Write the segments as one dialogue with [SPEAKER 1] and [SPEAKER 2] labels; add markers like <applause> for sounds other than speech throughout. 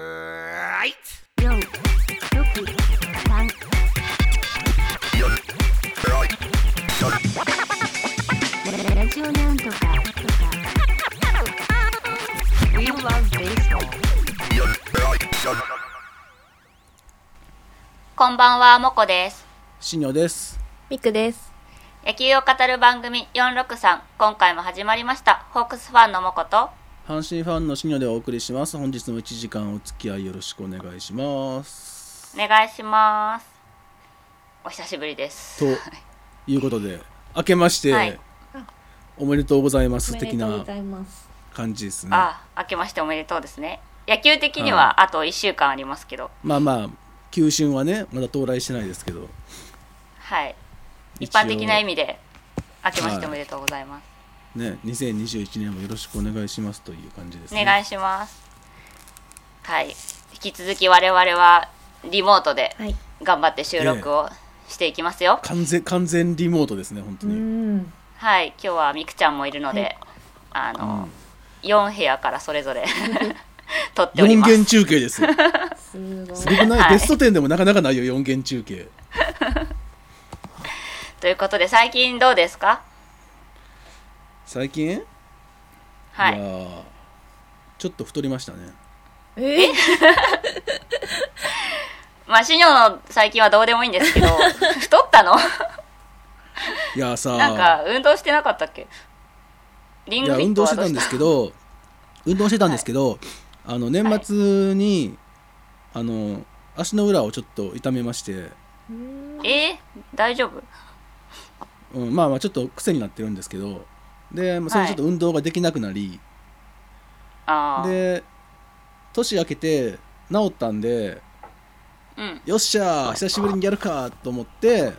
[SPEAKER 1] はい
[SPEAKER 2] 四、六、三、ラジオなんとかとか。We love baseball.
[SPEAKER 3] こんばんは、もこです。
[SPEAKER 4] しにょです。
[SPEAKER 5] ミクです。
[SPEAKER 3] 野球を語る番組463、今回も始まりました。ホークスファンのもこと、
[SPEAKER 4] 阪神ファンのしにょでお送りします。本日も1時間お付き合いよろしくお願いします。
[SPEAKER 3] お願いします。お久しぶりです。
[SPEAKER 4] ということで、明けまして、
[SPEAKER 3] はい
[SPEAKER 4] おめでとうございま
[SPEAKER 5] お
[SPEAKER 4] す
[SPEAKER 5] めで
[SPEAKER 4] 的
[SPEAKER 5] とうご
[SPEAKER 4] な
[SPEAKER 5] ざいます。
[SPEAKER 4] 感じですね。
[SPEAKER 3] あ、明けましておめでとうですね。野球的にはあと1週間ありますけど、
[SPEAKER 4] まあまあ、球春はね、まだ到来してないですけど、
[SPEAKER 3] はい。
[SPEAKER 4] 一
[SPEAKER 3] 一
[SPEAKER 4] 応
[SPEAKER 3] 般的な意味で、明けましておめでとうございます。
[SPEAKER 4] ね、2021年もよろしくお願いしますという感じですね。
[SPEAKER 3] お願いします。はい。引き続き我々はリモートで
[SPEAKER 5] はい。
[SPEAKER 3] 頑張って収録をしていきますよ。
[SPEAKER 4] 完全完全リモートですね、本当
[SPEAKER 5] う
[SPEAKER 4] に。
[SPEAKER 5] ん。
[SPEAKER 3] はい、今日はみくちゃんもいるので、
[SPEAKER 5] はい
[SPEAKER 3] あの
[SPEAKER 4] う、
[SPEAKER 3] 四部屋からそれぞ <laughs> れ撮っており
[SPEAKER 4] 4
[SPEAKER 3] ます。
[SPEAKER 4] 弦中継ですよ。
[SPEAKER 5] すごい。
[SPEAKER 4] すごくない、
[SPEAKER 3] はい
[SPEAKER 4] ベスト10でもなかなかないよ、4弦中継。
[SPEAKER 3] ということで最近どうですか？
[SPEAKER 4] 最近、
[SPEAKER 3] はい
[SPEAKER 4] や
[SPEAKER 3] い。
[SPEAKER 4] ーちょっと太りましたね。
[SPEAKER 5] え
[SPEAKER 3] まあシニョの最近はどうでもいいんです
[SPEAKER 4] <laughs>
[SPEAKER 3] けど、太ったの？
[SPEAKER 4] いやーさー
[SPEAKER 3] なんか運動してなかったっけ？リン
[SPEAKER 4] い
[SPEAKER 3] グ
[SPEAKER 4] や
[SPEAKER 3] フィ
[SPEAKER 4] 運
[SPEAKER 3] ット
[SPEAKER 4] 動
[SPEAKER 3] は
[SPEAKER 4] して
[SPEAKER 3] どう
[SPEAKER 4] たん
[SPEAKER 3] し
[SPEAKER 4] で
[SPEAKER 3] た？
[SPEAKER 4] すけど運動してたんですけど、あの年末に、あの足の裏をちょっと痛めまして、
[SPEAKER 3] えー、大丈夫？
[SPEAKER 4] うん、まあまあちょっと癖になってるんですけどでまあそれでちょっと運動ができなくなり、
[SPEAKER 3] ああ、
[SPEAKER 4] で年明けて治ったんで
[SPEAKER 3] うん。
[SPEAKER 4] よっしゃー久しぶりにやるかと思って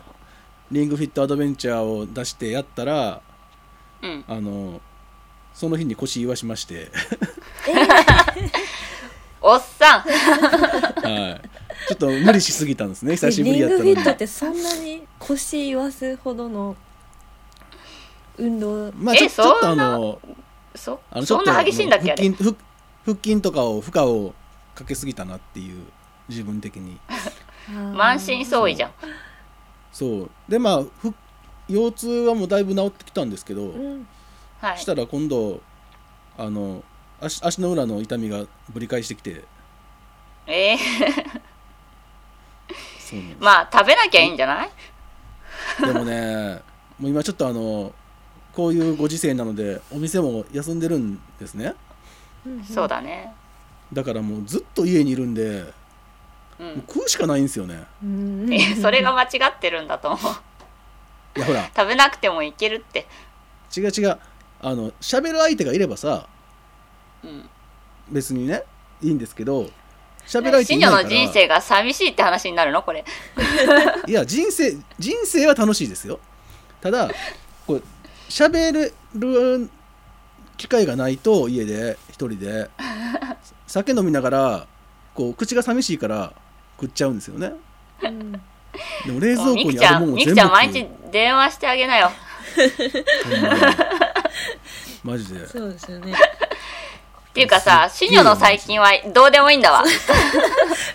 [SPEAKER 4] リングフィットアドベンチャーを出してやったら
[SPEAKER 3] うん、
[SPEAKER 4] あのその日に腰言わしまして、 <laughs>
[SPEAKER 3] おっさん
[SPEAKER 4] はい、ちょっと無理しすぎたんですね久しぶり
[SPEAKER 5] リン
[SPEAKER 4] やった
[SPEAKER 5] グ
[SPEAKER 4] の
[SPEAKER 5] フ
[SPEAKER 4] に
[SPEAKER 5] ィットってそんなに腰言わすほどの運動。
[SPEAKER 4] まあ、ちょ
[SPEAKER 3] え
[SPEAKER 4] ちょっと
[SPEAKER 3] そ
[SPEAKER 4] あ
[SPEAKER 3] んな
[SPEAKER 4] の
[SPEAKER 3] そ
[SPEAKER 4] あのちょ
[SPEAKER 3] そ
[SPEAKER 4] っ
[SPEAKER 3] ん
[SPEAKER 4] と
[SPEAKER 3] な激しいんだっけあ
[SPEAKER 4] 腹
[SPEAKER 3] れ
[SPEAKER 4] 筋腹腹筋とかを負荷をかけすぎたなっていう自分的に
[SPEAKER 3] 満身
[SPEAKER 5] す
[SPEAKER 3] 創痍じゃん
[SPEAKER 4] そうでまあ腹腰痛はもうだいぶ治ってきたんですけど、
[SPEAKER 5] うん。
[SPEAKER 3] はい
[SPEAKER 4] したら今度あの足足の裏の痛みがぶり返してきて
[SPEAKER 3] えー、
[SPEAKER 4] そうなんです
[SPEAKER 3] まあ食べなきゃいいんじゃない
[SPEAKER 4] でもねもう今ちょっとあのこういうご時世なのでお店も休んでるんですね
[SPEAKER 5] うん
[SPEAKER 3] そう。だね
[SPEAKER 4] だからもうずっと家にいるんで
[SPEAKER 3] う
[SPEAKER 4] もうん食うしかないんですよね
[SPEAKER 5] うん。
[SPEAKER 3] え <laughs> それが間違ってるんだと思う
[SPEAKER 4] いやほら
[SPEAKER 3] 食べなくてもいけるって、
[SPEAKER 4] 違う違うあの喋る相手がいればさ
[SPEAKER 3] うん、
[SPEAKER 4] 別にねいいんですけど喋られて
[SPEAKER 3] シ
[SPEAKER 4] い
[SPEAKER 3] ニ
[SPEAKER 4] ない
[SPEAKER 3] ョ
[SPEAKER 4] から
[SPEAKER 3] の人生が寂しいって話になるのこれ
[SPEAKER 4] いや人生人生は楽しいですよただこう喋れる機会がないと家で一人で酒飲みながらこう口が寂しいから食っちゃうんですよね
[SPEAKER 5] うん
[SPEAKER 4] でも冷蔵庫
[SPEAKER 3] みく
[SPEAKER 4] に
[SPEAKER 3] ち
[SPEAKER 4] あ
[SPEAKER 3] ゃ
[SPEAKER 4] る
[SPEAKER 3] ん
[SPEAKER 4] もんを
[SPEAKER 3] みく
[SPEAKER 4] 全部
[SPEAKER 3] ちゃん
[SPEAKER 4] 食
[SPEAKER 3] 毎
[SPEAKER 4] う
[SPEAKER 3] 日電話してあげなよ
[SPEAKER 4] ほんまにマジで
[SPEAKER 5] そうですよね。
[SPEAKER 3] っていうかさ
[SPEAKER 4] す
[SPEAKER 3] シ
[SPEAKER 4] っげえ
[SPEAKER 3] ニョの最近はどうでもいいんだわ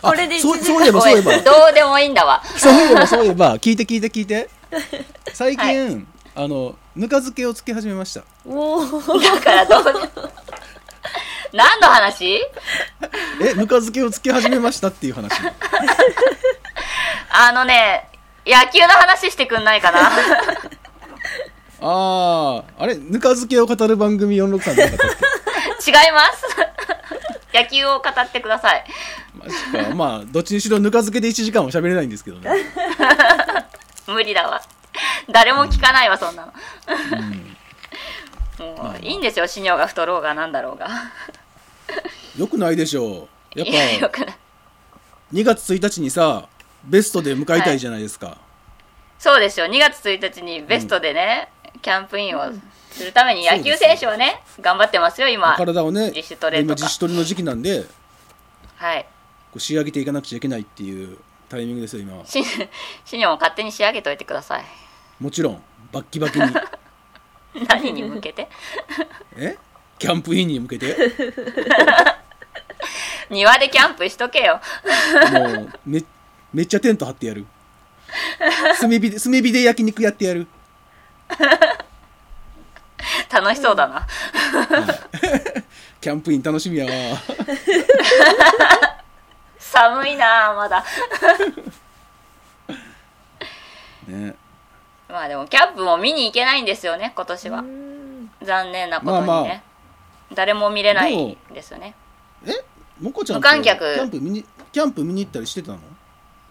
[SPEAKER 4] あ
[SPEAKER 5] これで一
[SPEAKER 4] そう
[SPEAKER 5] 時
[SPEAKER 4] そういえば
[SPEAKER 3] ご
[SPEAKER 4] そう
[SPEAKER 3] め
[SPEAKER 4] いえ
[SPEAKER 3] んど
[SPEAKER 4] ば
[SPEAKER 3] うでもいいんだわ
[SPEAKER 4] そういえばそういえば聞いて聞いて聞いて最近、
[SPEAKER 3] は
[SPEAKER 4] あのぬか漬けをつけ始めました
[SPEAKER 5] おお。
[SPEAKER 3] だからどうで何の話
[SPEAKER 4] えぬか漬けをつけ始めましたっていう話
[SPEAKER 3] あのね野球の話してくんないかな
[SPEAKER 4] あああれぬか漬けを語る番組463じゃなかったっ
[SPEAKER 3] 違います野球を語ってください
[SPEAKER 4] けマジかまあどっちにしろぬか漬けで1時間も喋れないんですけどね、
[SPEAKER 3] 無理だわ誰も聞かないわそんなの
[SPEAKER 4] ま
[SPEAKER 3] <laughs>
[SPEAKER 4] あ
[SPEAKER 3] も
[SPEAKER 4] まあ
[SPEAKER 3] ういいんですよシニョが太ろうがなんだろうが
[SPEAKER 4] うん、よくないでしょうやっ
[SPEAKER 3] いやよ
[SPEAKER 4] ぱ
[SPEAKER 3] くない
[SPEAKER 4] 2月1日にさベストで向かいたいじゃないですか、
[SPEAKER 3] そうですよ2月1日にベストでね、キャンプインをするために
[SPEAKER 4] そう
[SPEAKER 3] 野
[SPEAKER 4] です
[SPEAKER 3] 球選手はね頑張ってますよ今
[SPEAKER 4] 体をね
[SPEAKER 3] 自主トレとか
[SPEAKER 4] 今自主トレの時期なんでこ
[SPEAKER 3] はい。
[SPEAKER 4] う仕上げていかなくちゃいけないっていうタイミングですよ今は
[SPEAKER 3] <laughs> シシニョも勝手に仕上げといてください。
[SPEAKER 4] もちろんバッキバ
[SPEAKER 3] <laughs>
[SPEAKER 4] キに
[SPEAKER 3] 何に向けて <laughs>
[SPEAKER 4] えキャンプインに向けて
[SPEAKER 3] 庭でキャンプしとけよ。 <laughs>
[SPEAKER 4] もうめめっちゃテント張ってやる炭火で炭火で焼肉やってやる
[SPEAKER 3] 楽しそうだな。
[SPEAKER 4] キャンプイン楽しみやわ
[SPEAKER 3] 寒いなあまだ。
[SPEAKER 4] ね
[SPEAKER 3] まあでもキャンプも見に行けないんですよね、今年は
[SPEAKER 5] う。ん
[SPEAKER 3] 残念なことにね。
[SPEAKER 4] まあまあ
[SPEAKER 3] 誰も見れないんですよね。
[SPEAKER 4] もこちゃん
[SPEAKER 3] 無観客
[SPEAKER 4] キャンプ見にキャンプ見に行ったりしてたの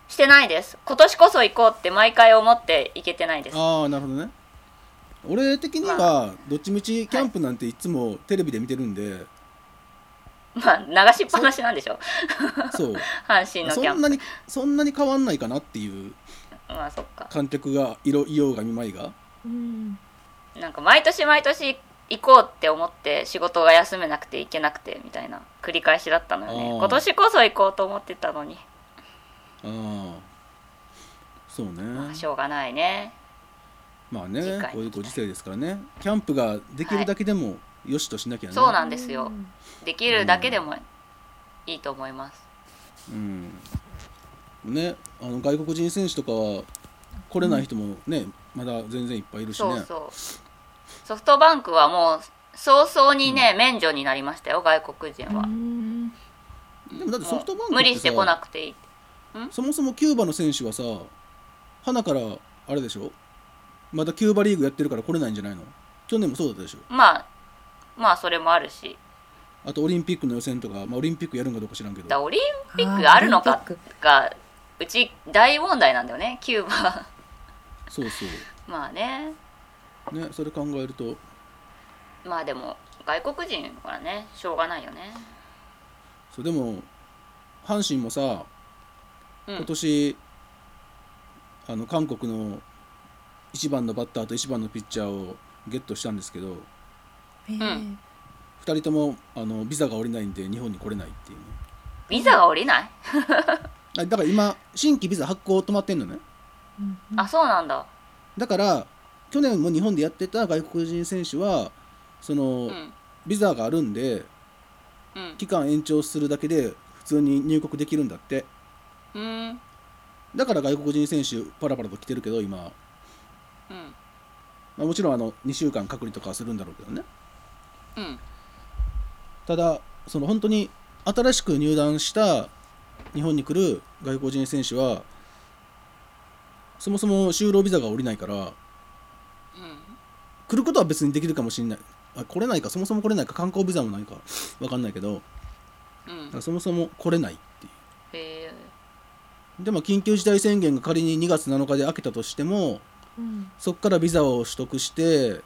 [SPEAKER 3] してないです。今年こそ行こうって毎回思って行けてないです。
[SPEAKER 4] ああなるほどね俺的にはどっちみちキャンプなんていつもテレビで見てるんで、
[SPEAKER 3] まあ流しっぱなしなんでしょ。 <laughs>
[SPEAKER 4] そう
[SPEAKER 3] 阪神のキャン
[SPEAKER 4] そん
[SPEAKER 3] プ。
[SPEAKER 4] なにそんなに変わんないかなっていう
[SPEAKER 3] まあそっか。
[SPEAKER 4] 観客がいろいようが見まいが
[SPEAKER 5] うん
[SPEAKER 3] なんか毎年毎年行こうって思って仕事が休めなくて行けなくてみたいな繰り返しだったのよ
[SPEAKER 4] あ
[SPEAKER 3] ね
[SPEAKER 4] ー
[SPEAKER 3] 今年こそ行こうと思ってたのに、
[SPEAKER 4] ああそうね
[SPEAKER 3] まあしょうがないね
[SPEAKER 4] まあ
[SPEAKER 3] 次
[SPEAKER 4] ね
[SPEAKER 3] 回
[SPEAKER 4] こういうご時世ですからねキャンプができるだけでもよしとしなきゃね、
[SPEAKER 3] そうなんですよできるだけでもいいと思います、
[SPEAKER 4] うんねあの外国人選手とかは来れない人もね、まだ全然いっぱいいるし
[SPEAKER 3] そう
[SPEAKER 4] ね
[SPEAKER 3] そうソフトバンクはもう早々にね、免除になりましたよ外国人は、
[SPEAKER 5] うん
[SPEAKER 4] でもだってソフトバンクって
[SPEAKER 3] 無理して
[SPEAKER 4] さ
[SPEAKER 3] こなくていい
[SPEAKER 4] そもそもキューバの選手はさ花からあれでしょまだキューバリーグやってるから来れないんじゃないの去年もそうだったでしょ
[SPEAKER 3] まあまあそれもあるし
[SPEAKER 4] あとオリンピックの予選とか、まあ、オリンピックやるんかどうか知らんけ
[SPEAKER 3] だから
[SPEAKER 4] ど
[SPEAKER 3] オリンピックあるの
[SPEAKER 5] あー
[SPEAKER 3] か
[SPEAKER 5] オリンピ
[SPEAKER 3] がうち大問題なんだよねキューバ <laughs>
[SPEAKER 4] そうそう
[SPEAKER 3] まあね
[SPEAKER 4] ねそれ考えると
[SPEAKER 3] まあでも外国人はねしょうがないよね
[SPEAKER 4] そうでも阪神もさ
[SPEAKER 3] うん
[SPEAKER 4] 今年、あの韓国の1番のバッターと1番のピッチャーをゲットしたんですけど
[SPEAKER 5] えー
[SPEAKER 4] 2人ともあのビザが下りないんで日本に来れないっていうね
[SPEAKER 3] ビザが下りない
[SPEAKER 4] あだから今新規ビザ発行止まってんのね
[SPEAKER 5] うん
[SPEAKER 3] あそうなんだ
[SPEAKER 4] だから去年も日本でやってた外国人選手はその、
[SPEAKER 3] うん
[SPEAKER 4] ビザがあるんで
[SPEAKER 3] うん
[SPEAKER 4] 期間延長するだけで普通に入国できるんだって
[SPEAKER 3] うん
[SPEAKER 4] だから外国人選手パラパラと来てるけど今、ま
[SPEAKER 3] うん
[SPEAKER 4] あ、もちろんあの2週間隔離とかはするんだろうけどね
[SPEAKER 3] うん
[SPEAKER 4] ただその本当に新しく入団した日本に来る外国人選手はそもそも就労ビザが下りないから来ることは別にできるかもしれないあ来れないかそもそも来れないか観光ビザもないかわかんないけど
[SPEAKER 3] うんうん
[SPEAKER 4] だからそもそも来れないってい
[SPEAKER 3] へえ
[SPEAKER 4] うでも緊急事態宣言が仮に2月7日で明けたとしても
[SPEAKER 5] うん
[SPEAKER 4] そこからビザを取得して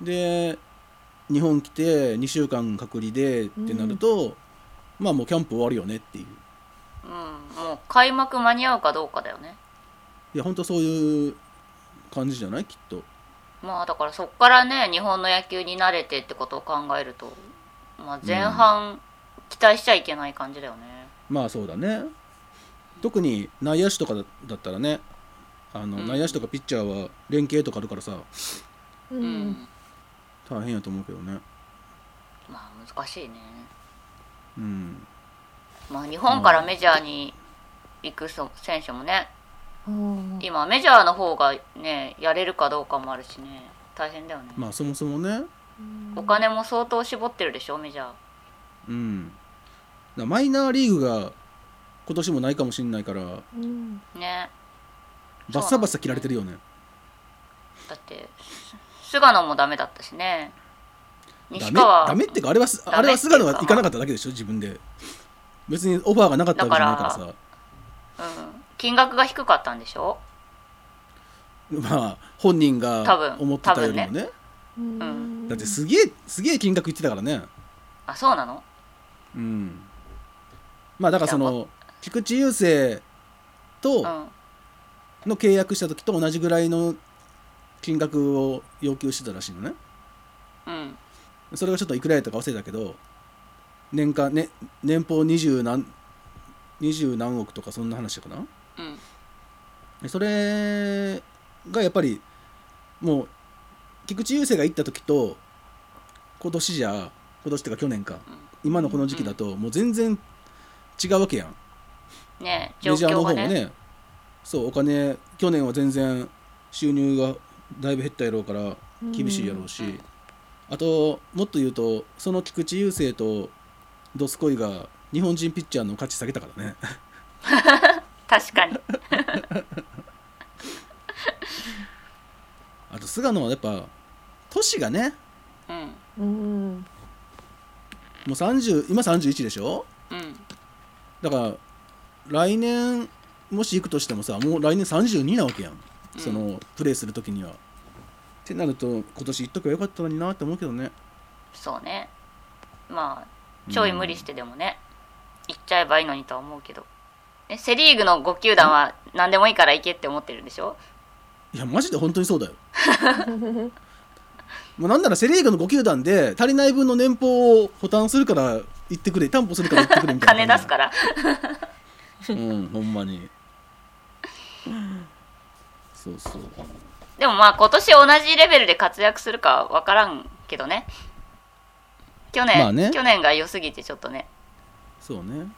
[SPEAKER 4] で日本来て2週間隔離でってなると、まあもうキャンプ終わるよねっていう
[SPEAKER 3] うんもう開幕間に合うかどうかだよね
[SPEAKER 4] いや本当そういう感じじゃないきっと
[SPEAKER 3] まあだからそっからね日本の野球に慣れてってことを考えると、まあ、前半期待しちゃいけない感じだよね
[SPEAKER 4] まあそうだね特に内野手とかだだったらねあの、
[SPEAKER 3] うん
[SPEAKER 4] 内野手とかピッチャーは連携とかあるからさ
[SPEAKER 5] う
[SPEAKER 3] うん、
[SPEAKER 5] ん
[SPEAKER 4] 大変やと思うけどね
[SPEAKER 3] まあ難しいね
[SPEAKER 4] うん
[SPEAKER 3] まあ日本からメジャーに行くそ選手もね
[SPEAKER 5] うん
[SPEAKER 3] 今メジャーの方がねやれるかどうかもあるしね大変だよね、
[SPEAKER 4] まあそもそもね
[SPEAKER 3] お金も相当絞ってるでしょメジャー
[SPEAKER 4] うんだからマイナーリーグが今年もないかもしれないから
[SPEAKER 5] うん
[SPEAKER 3] ね
[SPEAKER 4] バッサバッサ切られてるよね
[SPEAKER 3] だってす菅野もダメだったしね
[SPEAKER 4] ダ
[SPEAKER 3] 西
[SPEAKER 4] メ
[SPEAKER 3] 川
[SPEAKER 4] ダメってかあれはす
[SPEAKER 3] ダメ
[SPEAKER 4] あれは菅野が
[SPEAKER 3] っていう
[SPEAKER 4] 行
[SPEAKER 3] か
[SPEAKER 4] かなかっただけでしょ自分で別にオファーがなかったわけじゃないからさ
[SPEAKER 3] うん、金額が低かったんでしょ
[SPEAKER 4] まあ本人
[SPEAKER 3] 多
[SPEAKER 4] が
[SPEAKER 3] 分
[SPEAKER 4] 思ってたより
[SPEAKER 3] 多
[SPEAKER 4] も
[SPEAKER 3] 分
[SPEAKER 4] ね
[SPEAKER 5] うん
[SPEAKER 4] だってすげえすげえ金額言ってたからね
[SPEAKER 3] あそうなの
[SPEAKER 4] うんまあだからそ
[SPEAKER 3] い
[SPEAKER 4] の菊池雄星と
[SPEAKER 3] うん
[SPEAKER 4] の契約した時と同じぐらいの金額を要求してたらしいのね
[SPEAKER 3] うん
[SPEAKER 4] それがちょっといくらやったか忘れたけど年間ね年俸二十何二十何億とかそんな話かな
[SPEAKER 3] うん
[SPEAKER 4] でそれがやっぱりもう菊池雄星が行った時と今年じゃ今年っていうか去年か今のこの時期だともう全然違うわけやん
[SPEAKER 3] ね状
[SPEAKER 4] メジャーの
[SPEAKER 3] 況
[SPEAKER 4] 方も
[SPEAKER 3] がね
[SPEAKER 4] ねそうお金去年は全然収入がだいぶ減ったやろうから厳しいやろうし、
[SPEAKER 3] うんうん
[SPEAKER 4] あともっと言うとその菊池雄星とドスコイが日本人ピッチャーの価値下げたからね
[SPEAKER 3] 確かに
[SPEAKER 4] あと菅野はやっぱ年がね
[SPEAKER 3] うん
[SPEAKER 5] うん
[SPEAKER 4] もう30今31でしょ
[SPEAKER 3] うん
[SPEAKER 4] だから来年もし行くとしてもさもう来年32なわけやん
[SPEAKER 3] うん
[SPEAKER 4] そのプレーする時には。ってなると今年行っとけばよかったのになって思うけどね。
[SPEAKER 3] そうねまあちょい無理してでもね、行っちゃえばいいのにとは思うけどえセ・リーグの5球団は何でもいいから行けって思ってるんでしょ
[SPEAKER 4] いやマジで本当にそうだよ。 <laughs> もうなんならセ・リーグの5球団で足りない分の年俸を補完するから行ってくれ担保するから行ってくれみたい
[SPEAKER 3] 金
[SPEAKER 4] な
[SPEAKER 3] 出すから
[SPEAKER 4] うんほんまにそうそう
[SPEAKER 3] でもまあ今年同じレベルで活躍するかわからんけどね去年、
[SPEAKER 4] まあね
[SPEAKER 3] 去年が良すぎてちょっとね
[SPEAKER 4] そうね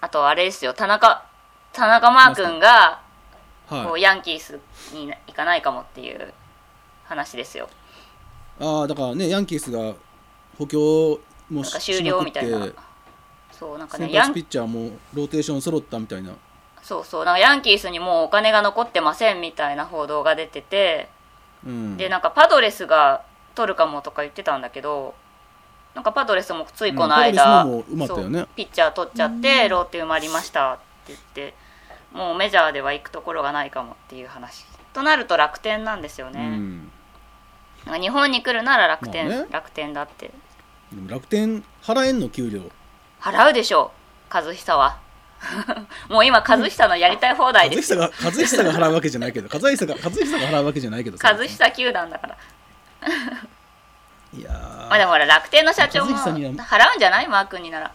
[SPEAKER 3] あとあれですよ田中田中マー君がこ
[SPEAKER 4] は
[SPEAKER 3] う
[SPEAKER 4] い
[SPEAKER 3] ヤンキースに行かないかもっていう話ですよ
[SPEAKER 4] ああだからねヤンキースが補強も
[SPEAKER 3] なんか
[SPEAKER 4] し
[SPEAKER 3] 終了みたい
[SPEAKER 4] しま
[SPEAKER 3] な
[SPEAKER 4] くって
[SPEAKER 3] そうなんかね
[SPEAKER 4] 先
[SPEAKER 3] ヤン
[SPEAKER 4] 発ピッチャーもローテーション揃ったみたいな
[SPEAKER 3] そうそうなんかヤンキースにもうお金が残ってませんみたいな報道が出てて
[SPEAKER 4] うん
[SPEAKER 3] でなんかパドレスが取るかもとか言ってたんだけどなんかパドレスもついこの間、
[SPEAKER 4] うんパドレスのも埋まったよね
[SPEAKER 3] そうピッチャー取っちゃってローテ埋まりましたって言ってもうメジャーでは行くところがないかもっていう話となると楽天なんですよ
[SPEAKER 4] う
[SPEAKER 3] ね、
[SPEAKER 4] ん
[SPEAKER 3] なんか日本に来るなら楽天、
[SPEAKER 4] まあね
[SPEAKER 3] 楽天だって
[SPEAKER 4] でも楽天払えんの給料
[SPEAKER 3] 払うでしょう和久は <laughs> もう今和久のやりたい放題
[SPEAKER 4] 和
[SPEAKER 3] です
[SPEAKER 4] 久
[SPEAKER 3] よ
[SPEAKER 4] が和久が払うわけじゃないけ
[SPEAKER 3] <laughs>
[SPEAKER 4] ど和久が和久が払うわけじゃないけどさ
[SPEAKER 3] 和久球団だから
[SPEAKER 4] いやー
[SPEAKER 3] まあでもほら楽天の社長も
[SPEAKER 4] 和久には
[SPEAKER 3] 払うんじゃないマー君になら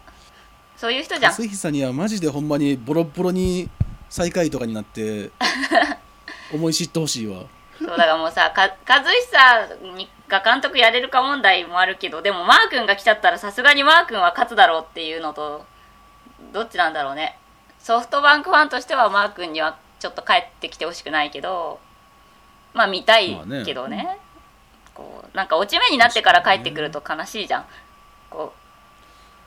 [SPEAKER 3] そういう人じゃん
[SPEAKER 4] 和久にはマジでほんまにボロボロに最下位とかになって
[SPEAKER 3] <laughs>
[SPEAKER 4] 思い知ってほしいわ
[SPEAKER 3] そうだからもうさか和久にが監督やれるか問題もあるけどでもマー君が来ちゃったらさすがにマー君は勝つだろうっていうのとどっちなんだろうねソフトバンクファンとしてはマー君にはちょっと帰ってきてほしくないけどまあ見たい
[SPEAKER 4] まあね
[SPEAKER 3] けどね,、こうなんか落ち目になってから帰ってくると悲しいじゃんこ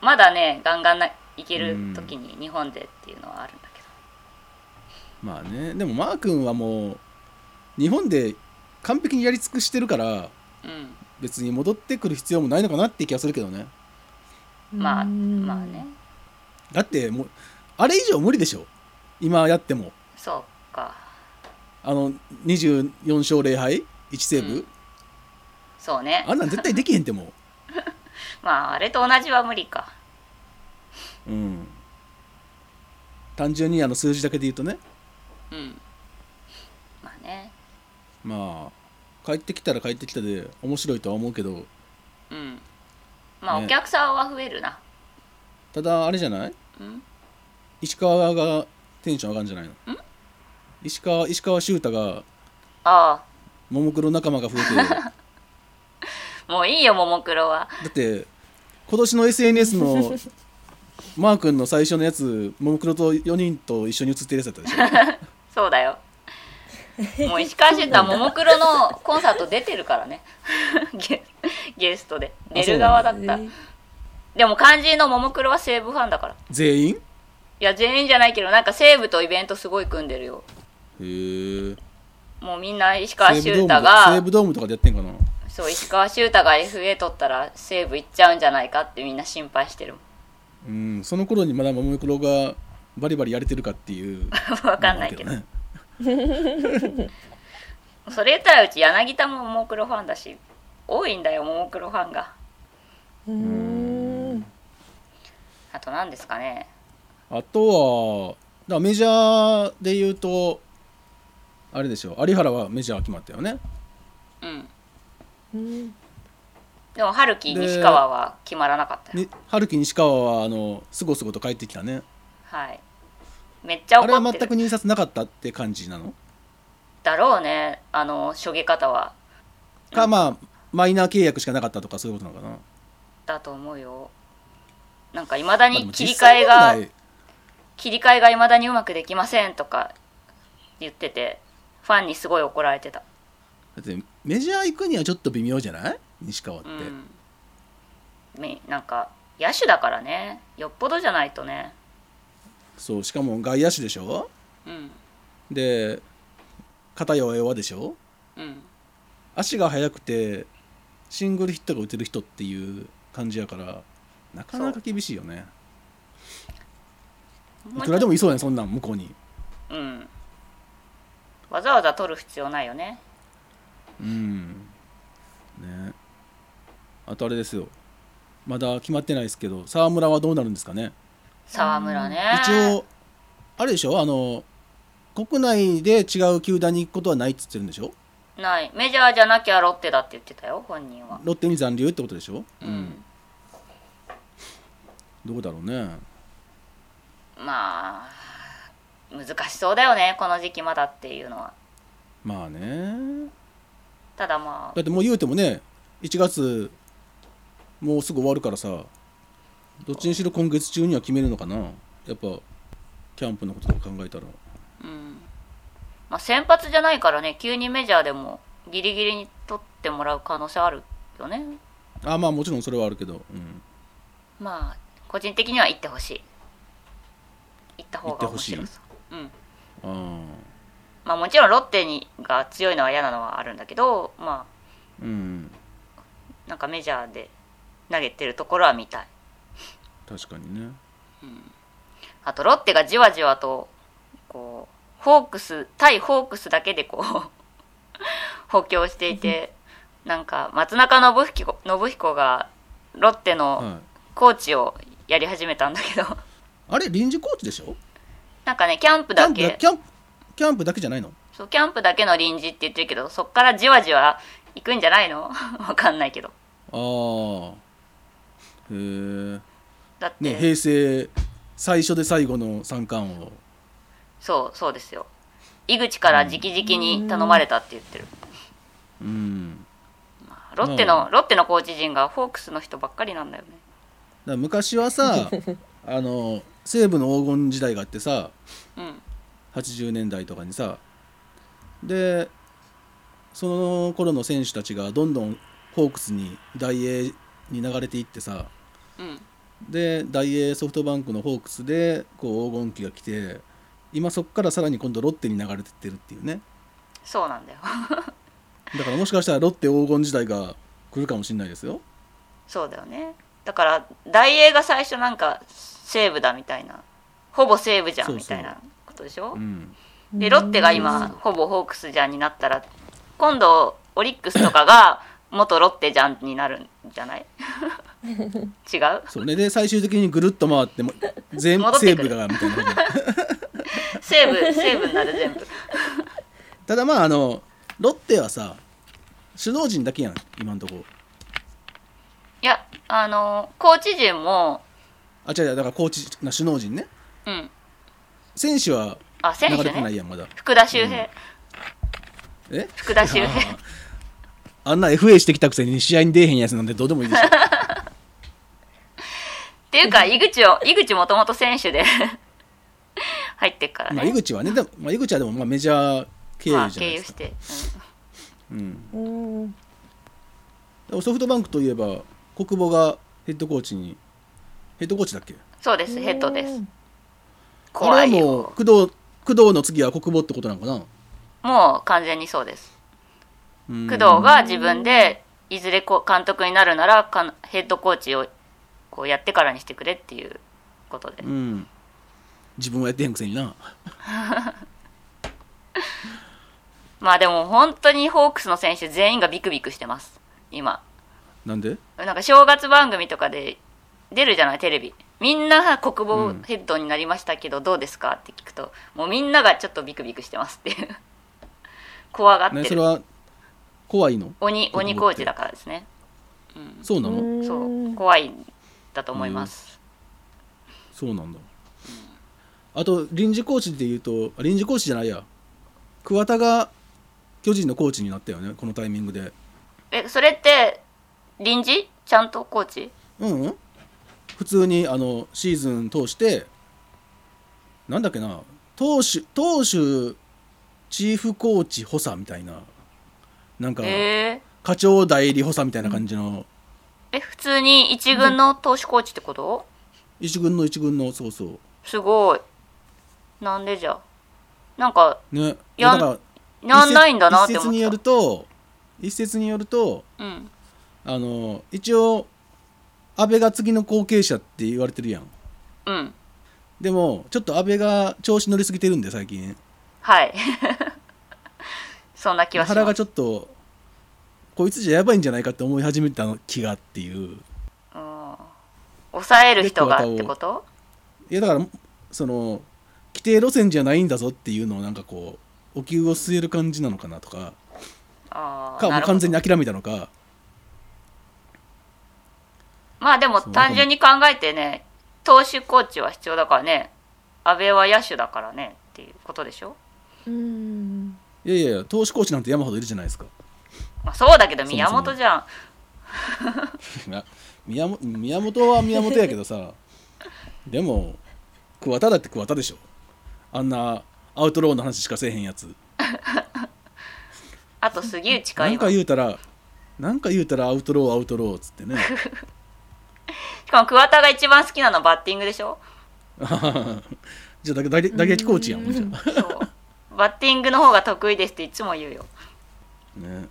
[SPEAKER 3] うまだねガンガンないける時に日本でっていうのはあるんだけど
[SPEAKER 4] まあねでもマー君はもう日本で完璧にやり尽くしてるから
[SPEAKER 3] うん
[SPEAKER 4] 別に戻ってくる必要もないのかなって気がするけどね
[SPEAKER 3] まあ
[SPEAKER 5] うん
[SPEAKER 3] まあね
[SPEAKER 4] だってもうあれ以上無理でしょ今やっても
[SPEAKER 3] そうか
[SPEAKER 4] あの24勝0敗1セーブ、
[SPEAKER 3] うんそうね
[SPEAKER 4] あんなん絶対できへんっても
[SPEAKER 3] まああれと同じは無理か
[SPEAKER 4] う、うん、単純にあの数字だけで言うとね
[SPEAKER 3] うんまあね
[SPEAKER 4] まあ帰ってきたら帰ってきたで面白いとは思うけど
[SPEAKER 3] うんまあ
[SPEAKER 4] ね
[SPEAKER 3] お客さんは増えるな、
[SPEAKER 4] ただあれじゃない
[SPEAKER 3] うん
[SPEAKER 4] 石川がテンション上がるんじゃないの石川石川修太が
[SPEAKER 3] あ
[SPEAKER 4] ももクロ仲間が増え
[SPEAKER 3] <laughs>
[SPEAKER 4] てだ
[SPEAKER 3] あもういいよももクロは
[SPEAKER 4] って今年の SNS のマー君の最初のやつももクロと4人と一緒に写ってるやつだったでしょ
[SPEAKER 3] そうだよもう石川修
[SPEAKER 4] <laughs>
[SPEAKER 3] 太ももクロのコンサート出てるからねゲゲストで出る側だった
[SPEAKER 5] え
[SPEAKER 3] でも肝心のももクロは西武ファンだから
[SPEAKER 4] 全員
[SPEAKER 3] いや全員じゃないけどなんか西武とイベントすごい組んでるよ
[SPEAKER 4] へえ
[SPEAKER 3] もうみんな石川
[SPEAKER 4] 西
[SPEAKER 3] 修
[SPEAKER 4] 武ドーム
[SPEAKER 3] 太
[SPEAKER 4] と
[SPEAKER 3] が
[SPEAKER 4] か西武ドームとかでやってんかな
[SPEAKER 3] そう石川修太が FA 取ったら西武行っちゃうんじゃないかってみんな心配してるもん
[SPEAKER 4] うんその頃にまだももクロがバリバリやれてるかっていう
[SPEAKER 3] わかん <laughs> ないけど
[SPEAKER 4] ね
[SPEAKER 3] それ言ったらうち柳田もももクロファンだし多いんだよももクロファンが
[SPEAKER 5] うーん
[SPEAKER 3] あと何ですかね
[SPEAKER 4] あとはだからメジャーで言うとあれでしょ有原はメジャー決まったよね
[SPEAKER 3] うん
[SPEAKER 5] うん
[SPEAKER 3] でも春樹
[SPEAKER 4] で
[SPEAKER 3] 西川は決まらなかったよ
[SPEAKER 4] に春樹西川はあのすごすごと帰ってきたね
[SPEAKER 3] はいめっちゃ
[SPEAKER 4] あれは
[SPEAKER 3] 怒っ
[SPEAKER 4] 全
[SPEAKER 3] て
[SPEAKER 4] く
[SPEAKER 3] る
[SPEAKER 4] 入札なかったって感じなの
[SPEAKER 3] だろうねあのしょげ方は
[SPEAKER 4] かまあマイナー契約しかなかったとかそういうことなのかな
[SPEAKER 3] だと思うよなんかいまだ
[SPEAKER 4] まあで
[SPEAKER 3] に
[SPEAKER 4] も
[SPEAKER 3] 切
[SPEAKER 4] 実
[SPEAKER 3] り替
[SPEAKER 4] 際
[SPEAKER 3] えが
[SPEAKER 4] 問題
[SPEAKER 3] 切り替えが未だにうまくできませんとか言ってて、ファンにすごい怒られてた。
[SPEAKER 4] だってメジャー行くにはちょっと微妙じゃない西川って、
[SPEAKER 3] うんみ、なんか野手だからねよっぽどじゃないとね
[SPEAKER 4] そうしかも外野手でしょ
[SPEAKER 3] うん
[SPEAKER 4] で肩弱々でしょ
[SPEAKER 3] うん
[SPEAKER 4] 足が速くてシングルヒットが打てる人っていう感じやからなかなか厳しいよねいくらでもいそうやんそんなん向こうに
[SPEAKER 3] うんわざわざ取る必要ないよね
[SPEAKER 4] うんねあとあれですよまだ決まってないですけど沢村はどうなるんですかね
[SPEAKER 3] 沢村ね
[SPEAKER 4] 一応あれでしょあの国内で違う球団に行くことはないって言ってるんでしょ
[SPEAKER 3] ないメジャーじゃなきゃロッテだって言ってたよ本人は
[SPEAKER 4] ロッテに残留ってことでしょ、
[SPEAKER 3] う、
[SPEAKER 4] うんどうだろうね
[SPEAKER 3] まあ難しそうだよねこの時期まだっていうのは
[SPEAKER 4] まあね
[SPEAKER 3] ただまあ
[SPEAKER 4] だってもう言うてもね1月もうすぐ終わるからさどっちにしろ今月中には決めるのかなやっぱキャンプのこととか考えたら
[SPEAKER 3] うんまあ先発じゃないからね急にメジャーでもギリギリに取ってもらう可能性あるよね
[SPEAKER 4] あまあもちろんそれはあるけど、うん、
[SPEAKER 3] まあ個人的には行ってほしい行った方が面白そううん
[SPEAKER 4] あ
[SPEAKER 3] まあもちろんロッテにが強いのは嫌なのはあるんだけどま
[SPEAKER 4] ーうん
[SPEAKER 3] あなんかメジャーで投げてるところは見たい
[SPEAKER 4] 確かにね
[SPEAKER 3] あとロッテがじわじわとこうホークス対ホークスだけでこう <laughs> 補強していてなんか松中信彦信彦がロッテの
[SPEAKER 4] はい
[SPEAKER 3] コーチをやり始めたんだけど
[SPEAKER 4] あれ臨時コーチでしょ
[SPEAKER 3] なんかねキャンプ
[SPEAKER 4] キャ
[SPEAKER 3] だ
[SPEAKER 4] ンプ
[SPEAKER 3] け
[SPEAKER 4] だキャンプキャンプだけじゃないの
[SPEAKER 3] そうキャンプだけの臨時って言ってるけどそっからじわじわ行くんじゃないの <laughs> わかんないけど
[SPEAKER 4] ああへえ
[SPEAKER 3] だって、
[SPEAKER 4] ね平成最初で最後の三冠を
[SPEAKER 3] そうそうですよ井口から直々に頼まれたって言ってる、
[SPEAKER 4] うん
[SPEAKER 3] ロッテの、ロッテのコーチ陣がホークスの人ばっかりなんだよね
[SPEAKER 4] だから昔
[SPEAKER 3] <laughs>
[SPEAKER 4] はさあの西武の黄金時代があってさ
[SPEAKER 3] うん
[SPEAKER 4] 80年代とかにさでその頃の選手たちがどんどんホークスに大英に流れていってさ
[SPEAKER 3] うん
[SPEAKER 4] で大英ソフトバンクのホークスでこう黄金期が来て今そこからさらに今度ロッテに流れてってるっていうね
[SPEAKER 3] そうなんだよ <laughs>
[SPEAKER 4] だからもしかしたらロッテ黄金時代が来るかもしれないですよ
[SPEAKER 3] そうだよねだから大英が最初なんか西武だみたいなほぼ西武じゃ
[SPEAKER 4] そ
[SPEAKER 3] ん
[SPEAKER 4] う
[SPEAKER 3] み
[SPEAKER 4] そう
[SPEAKER 3] たいなことでしょ、
[SPEAKER 4] うん
[SPEAKER 3] でロッテが今ほぼホークスじゃんになったら今度オリックスとかが元ロッテじゃんになるんじゃない <laughs> 違う
[SPEAKER 4] そうねで最終的にぐるっと回っても全
[SPEAKER 3] 戻って
[SPEAKER 4] 西
[SPEAKER 3] く
[SPEAKER 4] 武
[SPEAKER 3] る
[SPEAKER 4] がみたいな
[SPEAKER 3] 西武西武になる全部
[SPEAKER 4] ただまああのロッテはさ首脳陣だけやん今んとこ
[SPEAKER 3] いやあのコーチ陣も
[SPEAKER 4] あ違う違うだからコーチな首脳陣ね
[SPEAKER 3] うん
[SPEAKER 4] 選手は
[SPEAKER 3] あ選
[SPEAKER 4] 流
[SPEAKER 3] 手
[SPEAKER 4] れてない
[SPEAKER 3] ね
[SPEAKER 4] やんまだ
[SPEAKER 3] 福田周平、
[SPEAKER 4] え
[SPEAKER 3] 福田周
[SPEAKER 4] あ
[SPEAKER 3] 平
[SPEAKER 4] ーあんな FA してきたくせに試合に出えへんやつなんてどうでもいいでし
[SPEAKER 3] <laughs>
[SPEAKER 4] ょ
[SPEAKER 3] っていうか井口を井口もともと選手で <laughs> 入ってっから
[SPEAKER 4] まあ井
[SPEAKER 3] ね、
[SPEAKER 4] 口はねでも、まあ、井口はでもまあメジャー経由じゃ
[SPEAKER 3] ま
[SPEAKER 4] な
[SPEAKER 3] あ、
[SPEAKER 4] い
[SPEAKER 3] 経
[SPEAKER 4] で
[SPEAKER 3] 由
[SPEAKER 4] す
[SPEAKER 3] し
[SPEAKER 4] か、
[SPEAKER 3] て、
[SPEAKER 4] うん、
[SPEAKER 5] うん
[SPEAKER 4] でもソフトバンクといえば国母がヘッドコーチにヘッドコーチだっけ
[SPEAKER 3] うん、そうですヘッドです
[SPEAKER 4] あ
[SPEAKER 3] 怖
[SPEAKER 4] れ
[SPEAKER 3] い
[SPEAKER 4] はもう
[SPEAKER 3] よ
[SPEAKER 4] 工藤工藤の次は国母ってことなのかな
[SPEAKER 3] もう完全にそうです
[SPEAKER 4] うん
[SPEAKER 3] 工藤が自分でいずれこう監督になるならかんヘッドコーチをこうやってからにしてくれっていうことで、
[SPEAKER 4] うん自分はやってへんくせにな
[SPEAKER 3] まあでも本当にホークスの選手全員がビクビクしてます今
[SPEAKER 4] なんで
[SPEAKER 3] なんか正月番組とかで出るじゃないテレビみんなが国防ヘッドになりましたけどどうですかって聞くともうみんながちょっとビクビクしてますっていう怖がって
[SPEAKER 4] ね、それ
[SPEAKER 3] る
[SPEAKER 4] は怖いの
[SPEAKER 3] 鬼鬼
[SPEAKER 4] 国
[SPEAKER 3] コ
[SPEAKER 4] 防っ
[SPEAKER 3] ー
[SPEAKER 4] て
[SPEAKER 3] チだからですね
[SPEAKER 4] そうなの
[SPEAKER 3] そう怖いんだと思います、
[SPEAKER 4] そうなんだあと臨時コーチで言うとあ臨時コーチじゃないや桑田が巨人のコーチになったよねこのタイミングで
[SPEAKER 3] えそれって臨時ちゃんとコーチ
[SPEAKER 4] うん、うん、普通にあのシーズン通してなんだっけな投手投手チーフコーチ補佐みたいななんか
[SPEAKER 3] え
[SPEAKER 4] 課長代理補佐みたいな感じの
[SPEAKER 3] ー、え普通に一軍の投手コーチってこと
[SPEAKER 4] 一軍の一軍のそうそ
[SPEAKER 3] すごいなんでじゃなんか
[SPEAKER 4] うね
[SPEAKER 3] やん
[SPEAKER 4] だから
[SPEAKER 3] やん
[SPEAKER 4] 一説
[SPEAKER 3] ないんだなって
[SPEAKER 4] 一説
[SPEAKER 3] 思
[SPEAKER 4] によ
[SPEAKER 3] っ
[SPEAKER 4] る
[SPEAKER 3] て
[SPEAKER 4] と一説によると
[SPEAKER 3] たうん
[SPEAKER 4] あの一応安倍が次の後継者って言われてるやん
[SPEAKER 3] うん
[SPEAKER 4] でもちょっと安倍が調子乗りすぎてるんで最近
[SPEAKER 3] はい <laughs> そんな気はし
[SPEAKER 4] 腹
[SPEAKER 3] ま
[SPEAKER 4] が
[SPEAKER 3] す
[SPEAKER 4] ちょっとこいつじゃやばいんじゃないかって思い始めたの気がっていう
[SPEAKER 3] うん抑える人がってこと
[SPEAKER 4] いやだからその規定路線じゃないんだぞっていうのをなんかこうお灸を据える感じなのかなとか
[SPEAKER 3] ああ
[SPEAKER 4] かもう完全に諦めたのか
[SPEAKER 3] まあでも
[SPEAKER 4] そう
[SPEAKER 3] 単純に考えてね投手コーチは必要だからね阿部は野手だからねっていうことでしょ、
[SPEAKER 5] うん
[SPEAKER 4] いやいやいや投手コーチなんて山ほどいるじゃないですか
[SPEAKER 3] まあ、そうだけど
[SPEAKER 4] そもそ
[SPEAKER 3] 宮
[SPEAKER 4] も
[SPEAKER 3] 本じゃん
[SPEAKER 4] いや宮本宮本は宮本やけどさでも桑田だって桑田でしょあんなアウトローの話しかせえへんやつ
[SPEAKER 3] あと杉内か
[SPEAKER 4] なんか
[SPEAKER 3] 今し
[SPEAKER 4] 言うたらなんか言うたらアウトローアウトローっつってね <laughs>
[SPEAKER 3] かも桑田が一番好きなのはバッティングでしょ
[SPEAKER 4] じゃあ打撃打撃コーチやんもんじゃ
[SPEAKER 3] そ
[SPEAKER 4] あ
[SPEAKER 3] う
[SPEAKER 4] <laughs>
[SPEAKER 3] バッティングの方が得意ですっていつも言うよ
[SPEAKER 4] ね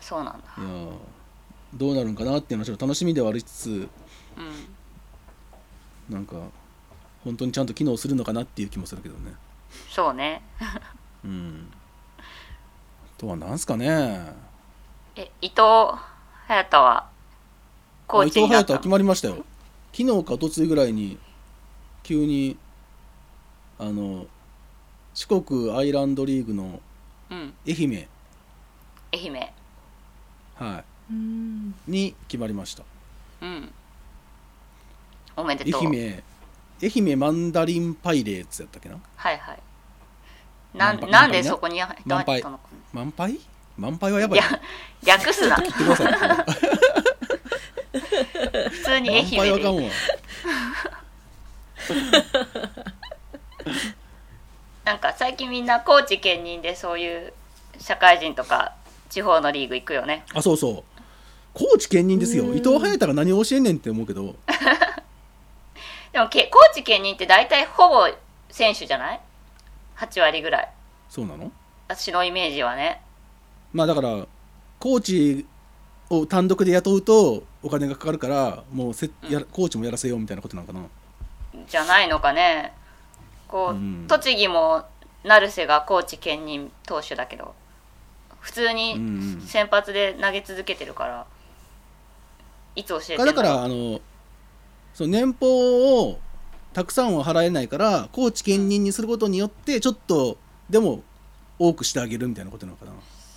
[SPEAKER 3] そうなんだ
[SPEAKER 4] いやーどうなるんかなっていうのはちょっと楽しみではありつつ
[SPEAKER 3] うん
[SPEAKER 4] なんか本当にちゃんと機能するのかなっていう気もするけどね
[SPEAKER 3] そうね
[SPEAKER 4] うんあとはなんすかね
[SPEAKER 3] え伊藤隼太はコーチ
[SPEAKER 4] 伊
[SPEAKER 3] にな
[SPEAKER 4] 藤
[SPEAKER 3] っ
[SPEAKER 4] 隼
[SPEAKER 3] た
[SPEAKER 4] 太
[SPEAKER 3] の
[SPEAKER 4] は決まりましたよ昨日か一昨日ぐらいに急にあの四国アイランドリーグの
[SPEAKER 3] うん
[SPEAKER 4] 愛媛、
[SPEAKER 3] 愛媛
[SPEAKER 4] は
[SPEAKER 5] うん
[SPEAKER 4] い、に決まりました
[SPEAKER 3] うんおめで
[SPEAKER 4] 愛
[SPEAKER 3] とう
[SPEAKER 4] 媛愛媛マンダリンパイレーツやったっけな
[SPEAKER 3] はいはいな
[SPEAKER 4] 満杯
[SPEAKER 3] んなんで
[SPEAKER 4] 満杯ね
[SPEAKER 3] そこに入ったの
[SPEAKER 4] 満
[SPEAKER 3] か
[SPEAKER 4] 杯満杯満杯はやばい
[SPEAKER 3] いや略
[SPEAKER 4] <laughs>
[SPEAKER 3] すな
[SPEAKER 4] 言ってください
[SPEAKER 3] 普通に <laughs> 愛
[SPEAKER 4] 満
[SPEAKER 3] 媛
[SPEAKER 4] 杯は
[SPEAKER 3] で
[SPEAKER 4] あかんわ
[SPEAKER 3] なんか最近みんな高知県人でそういう社会人とか地方のリーグ行くよね
[SPEAKER 4] あそうそう高知県人ですよ
[SPEAKER 5] うん
[SPEAKER 4] 伊藤隼太が何を教えんねんって思うけど
[SPEAKER 3] でもけ高知県人って大体ほぼ選手じゃない8割ぐらい
[SPEAKER 4] そうなの
[SPEAKER 3] 私のイメージはね
[SPEAKER 4] まあだから高知を単独で雇うとお金がかかるからもうせやら高知もやらせようみたいなことなのかな
[SPEAKER 3] じゃないのかねこう、
[SPEAKER 4] うん
[SPEAKER 3] 栃木も成瀬が高知県人投手だけど普通
[SPEAKER 4] うん
[SPEAKER 3] に
[SPEAKER 4] うん
[SPEAKER 3] 先発で投げ続けてるからいつ教えてんの
[SPEAKER 4] だからあのその年俸をたくさんは払えないから高知県人にすることによってちょっとでも多くしてあげるみたいなことなのかな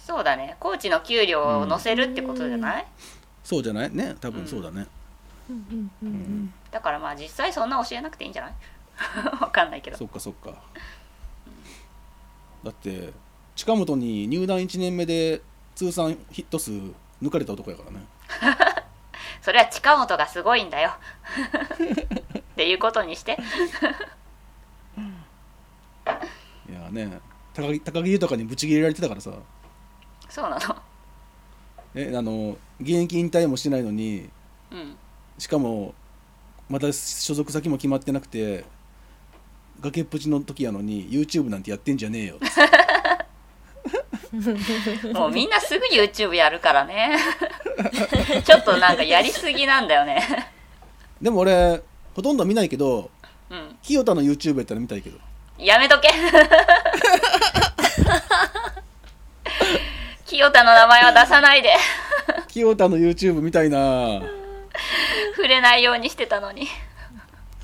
[SPEAKER 3] そうだね高知の給料を乗せるってことじゃない、
[SPEAKER 4] そうじゃないね多分そうだね、
[SPEAKER 5] うんうんうん
[SPEAKER 3] だからまあ実際そんな教えなくていいんじゃない <laughs> わかんないけど
[SPEAKER 4] そっかそっかだって近本に入団1年目で通算ヒット数抜かれた男やからね
[SPEAKER 3] それは近本がすごいんだよ <laughs> っていうことにして
[SPEAKER 4] いやーね高木高木豊にぶち切れられてたからさ
[SPEAKER 3] そうなの
[SPEAKER 4] えあの現役引退もしてないのに
[SPEAKER 3] うん
[SPEAKER 4] しかもまた所属先も決まってなくて崖っぷちの時やのに YouTube なんてやってんじゃねえよ
[SPEAKER 3] もうみんなすぐ YouTube やるからね <laughs> ちょっとなんかやりすぎなんだよね
[SPEAKER 4] でも俺ほとんど見ないけど
[SPEAKER 3] うん
[SPEAKER 4] 清田の YouTube やったら見たいけど
[SPEAKER 3] やめとけ <laughs> 清田の名前は出さないで
[SPEAKER 4] 清田の YouTube みたいな
[SPEAKER 3] 触れないようにしてたのに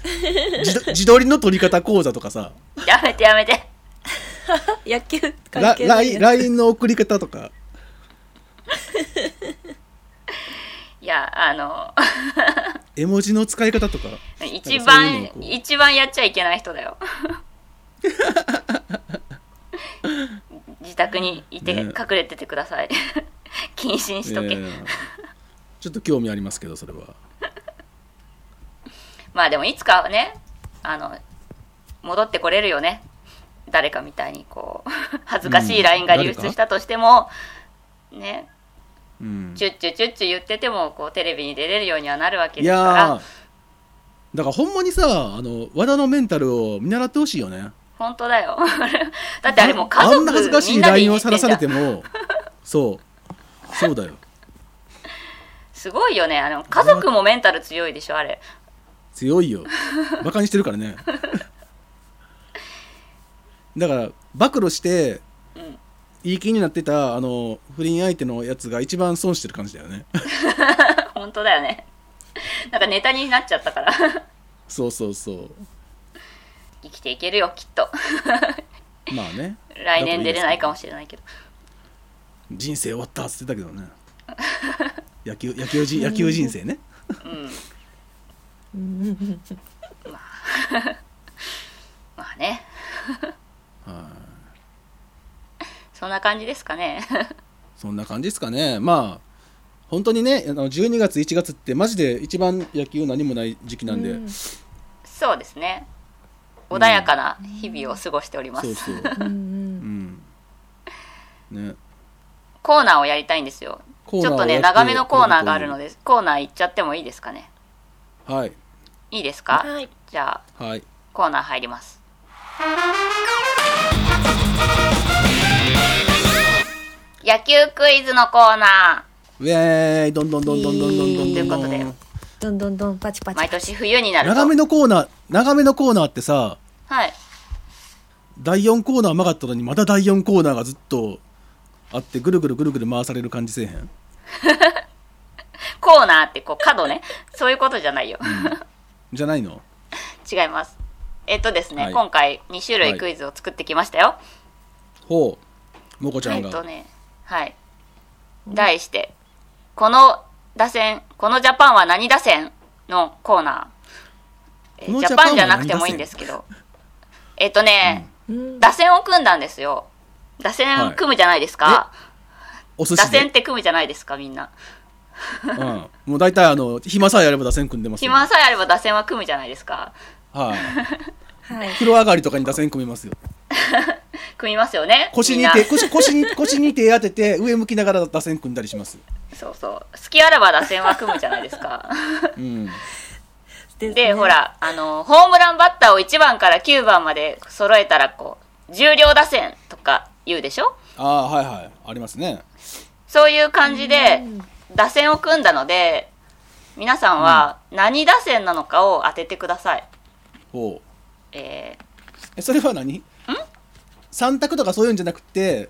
[SPEAKER 4] 自自撮りの撮り方講座とかさ
[SPEAKER 3] やめてやめて
[SPEAKER 5] 野球
[SPEAKER 4] ラ
[SPEAKER 5] 関係ない
[SPEAKER 4] LINE
[SPEAKER 5] やつ
[SPEAKER 4] LINE の送り方とか
[SPEAKER 3] いやあの
[SPEAKER 4] 絵文字の使い方とか
[SPEAKER 3] 一
[SPEAKER 4] なん
[SPEAKER 3] 番
[SPEAKER 4] かそういうのをこう
[SPEAKER 3] 一番やっちゃいけない人
[SPEAKER 4] <laughs>
[SPEAKER 3] だよ自宅にいて、
[SPEAKER 4] ね
[SPEAKER 3] 隠れててください <laughs> 謹慎しとけ、
[SPEAKER 4] えーちょっと興味ありますけどそれは
[SPEAKER 3] まあでもいつかはねあの戻ってこれるよね誰かみたいにこう <laughs> 恥ずかしいラインが流出したとしても、ね
[SPEAKER 4] うん、
[SPEAKER 3] チュッチュチュッチュ言っててもこうテレビに出れるようにはなるわけ
[SPEAKER 4] い
[SPEAKER 3] ですか
[SPEAKER 4] やー
[SPEAKER 3] ら
[SPEAKER 4] だからほんまにさあの和田のメンタルを見習ってほしいよね
[SPEAKER 3] 本当だよ <laughs> だってあれもう家
[SPEAKER 4] あんな恥ずか
[SPEAKER 3] 族
[SPEAKER 4] し
[SPEAKER 3] み
[SPEAKER 4] い
[SPEAKER 3] んなで
[SPEAKER 4] LINE
[SPEAKER 3] 言
[SPEAKER 4] を
[SPEAKER 3] って
[SPEAKER 4] さ
[SPEAKER 3] んじゃ
[SPEAKER 4] ら
[SPEAKER 3] ん
[SPEAKER 4] されてもそうそうだよ
[SPEAKER 3] すごいよねあの家族もメンタル強いでしょあれ <laughs>
[SPEAKER 4] 強いよバカにしてるからねだから暴露して
[SPEAKER 3] うん
[SPEAKER 4] いい気になってたあの不倫相手のやつが一番損してる感じだよね
[SPEAKER 3] 本当だよね <laughs> なんかネタになっちゃったから <laughs>
[SPEAKER 4] そうそうそ
[SPEAKER 3] 生きていけるよきっと
[SPEAKER 4] うまあね
[SPEAKER 3] 来年出れないかもしれないけど
[SPEAKER 4] 人生終わったっつってたけどね野球野球人野球人生ね
[SPEAKER 5] う
[SPEAKER 3] うん
[SPEAKER 5] ん
[SPEAKER 3] まあね
[SPEAKER 4] はい
[SPEAKER 3] そんな感じですかね
[SPEAKER 4] そんな感じですかねまあ本当にねあの12月1月ってマジで一番野球何もない時期なんで、
[SPEAKER 5] うん
[SPEAKER 3] そうですね穏やかな日々を過ごしております、
[SPEAKER 4] そう
[SPEAKER 3] <laughs>
[SPEAKER 5] うん
[SPEAKER 4] そう
[SPEAKER 5] う
[SPEAKER 4] うんんね
[SPEAKER 3] コーナーをやりたいんですよ
[SPEAKER 4] コー
[SPEAKER 3] ち
[SPEAKER 4] ナー
[SPEAKER 3] ょ
[SPEAKER 4] を
[SPEAKER 3] っとね
[SPEAKER 4] やて
[SPEAKER 3] 長めのコーナーがあるのでコーナー行っちゃってもいいですかね
[SPEAKER 4] はい
[SPEAKER 3] いいですか、
[SPEAKER 5] はい
[SPEAKER 3] じゃあ
[SPEAKER 4] はい
[SPEAKER 3] コーナー入ります野球クイズのコーナ
[SPEAKER 4] ウェーイどんどんどんどんどんどんどん
[SPEAKER 5] と
[SPEAKER 3] いうことで
[SPEAKER 5] どんどんどんパチパ
[SPEAKER 3] ー
[SPEAKER 5] チ
[SPEAKER 3] 毎年冬になると
[SPEAKER 4] 長めのコーナー長めのコーナーってさ
[SPEAKER 3] はい
[SPEAKER 4] 第4コーナー曲がったのにまだ第4コーナーがずっとあってぐるぐるぐるぐる回される感じせえへん
[SPEAKER 3] コーナーってこう角ねそういうことじゃないよ
[SPEAKER 4] じゃないの
[SPEAKER 3] 違いますえっとですね、
[SPEAKER 4] はい
[SPEAKER 3] 今回2種類クイズを作ってきましたよ、
[SPEAKER 4] ほうもこちゃ
[SPEAKER 3] えっ
[SPEAKER 4] んが、
[SPEAKER 3] とねはい題して「この打線このジャパンは何打線?」のコーナーえ
[SPEAKER 4] この
[SPEAKER 3] ジ
[SPEAKER 4] ジ
[SPEAKER 3] ャ
[SPEAKER 4] ャパ
[SPEAKER 3] パ
[SPEAKER 4] ンは
[SPEAKER 3] ン
[SPEAKER 4] 何
[SPEAKER 3] じゃなくてもいいんですけ
[SPEAKER 4] <laughs>
[SPEAKER 3] どえっとね、
[SPEAKER 5] うん
[SPEAKER 3] 打線を組んだんですよ打線組むじゃないですか、
[SPEAKER 4] お寿
[SPEAKER 3] 打
[SPEAKER 4] 司で
[SPEAKER 3] 線って組むじゃないですかみんな
[SPEAKER 4] うん、もう大体あの暇さえあれば打線組んでますよ
[SPEAKER 3] 暇さえあれば打線は組むじゃないですか
[SPEAKER 4] はい、
[SPEAKER 5] はい
[SPEAKER 4] 風呂上がりとかに打線組みますよ
[SPEAKER 3] 組みますよね
[SPEAKER 4] 腰
[SPEAKER 3] みん
[SPEAKER 4] に
[SPEAKER 3] な
[SPEAKER 4] 手腰腰に腰に手当てて上向きながら打線組んだりします、
[SPEAKER 3] そうそう隙あらば打線は組むじゃないですか
[SPEAKER 4] うん、
[SPEAKER 5] で
[SPEAKER 3] で、ほらあのホームランバッターを1番から9番まで揃えたらこう重量打線とか言うでしょ
[SPEAKER 4] ああはいはいありますね
[SPEAKER 3] そういう感じで打線を組んだので皆さんは何打線なのかを当ててください、
[SPEAKER 4] ほう
[SPEAKER 3] え
[SPEAKER 4] えそれは何三択とかそういうんじゃなくて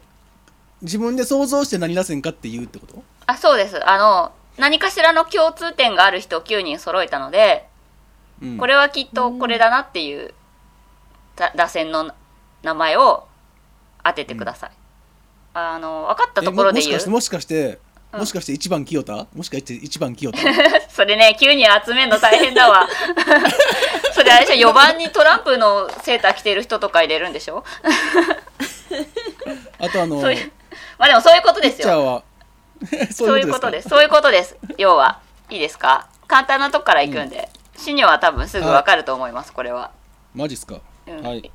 [SPEAKER 4] 自分で想像して何打線かって言うってこと
[SPEAKER 3] ーあそうですあの何かしらの共通点がある人を9人揃えたので
[SPEAKER 4] うん
[SPEAKER 3] これはきっとこれだなっていうだ打線の名前を当ててください、あの分かった
[SPEAKER 4] え
[SPEAKER 3] ところで
[SPEAKER 4] も
[SPEAKER 3] 言う
[SPEAKER 4] もしかして
[SPEAKER 3] うん
[SPEAKER 4] もしかしてもしかして1番清田もしかして1番清田
[SPEAKER 3] <laughs> それね、急に集めんの大変だ <laughs> わ。それあれでしょ、4番にトランプのセーター着てる人とか入れるんでしょ
[SPEAKER 4] あとあの
[SPEAKER 3] そういう、まあでもそういうことで
[SPEAKER 4] ピ
[SPEAKER 3] す
[SPEAKER 4] ッチャー
[SPEAKER 3] よ。
[SPEAKER 4] は <laughs>
[SPEAKER 3] そういうことです。そういうことです。要は。いいですか簡単なとこから行くんで。シニョは多分すぐわかると思います、これは。
[SPEAKER 4] マジっすか、
[SPEAKER 3] うん
[SPEAKER 4] はい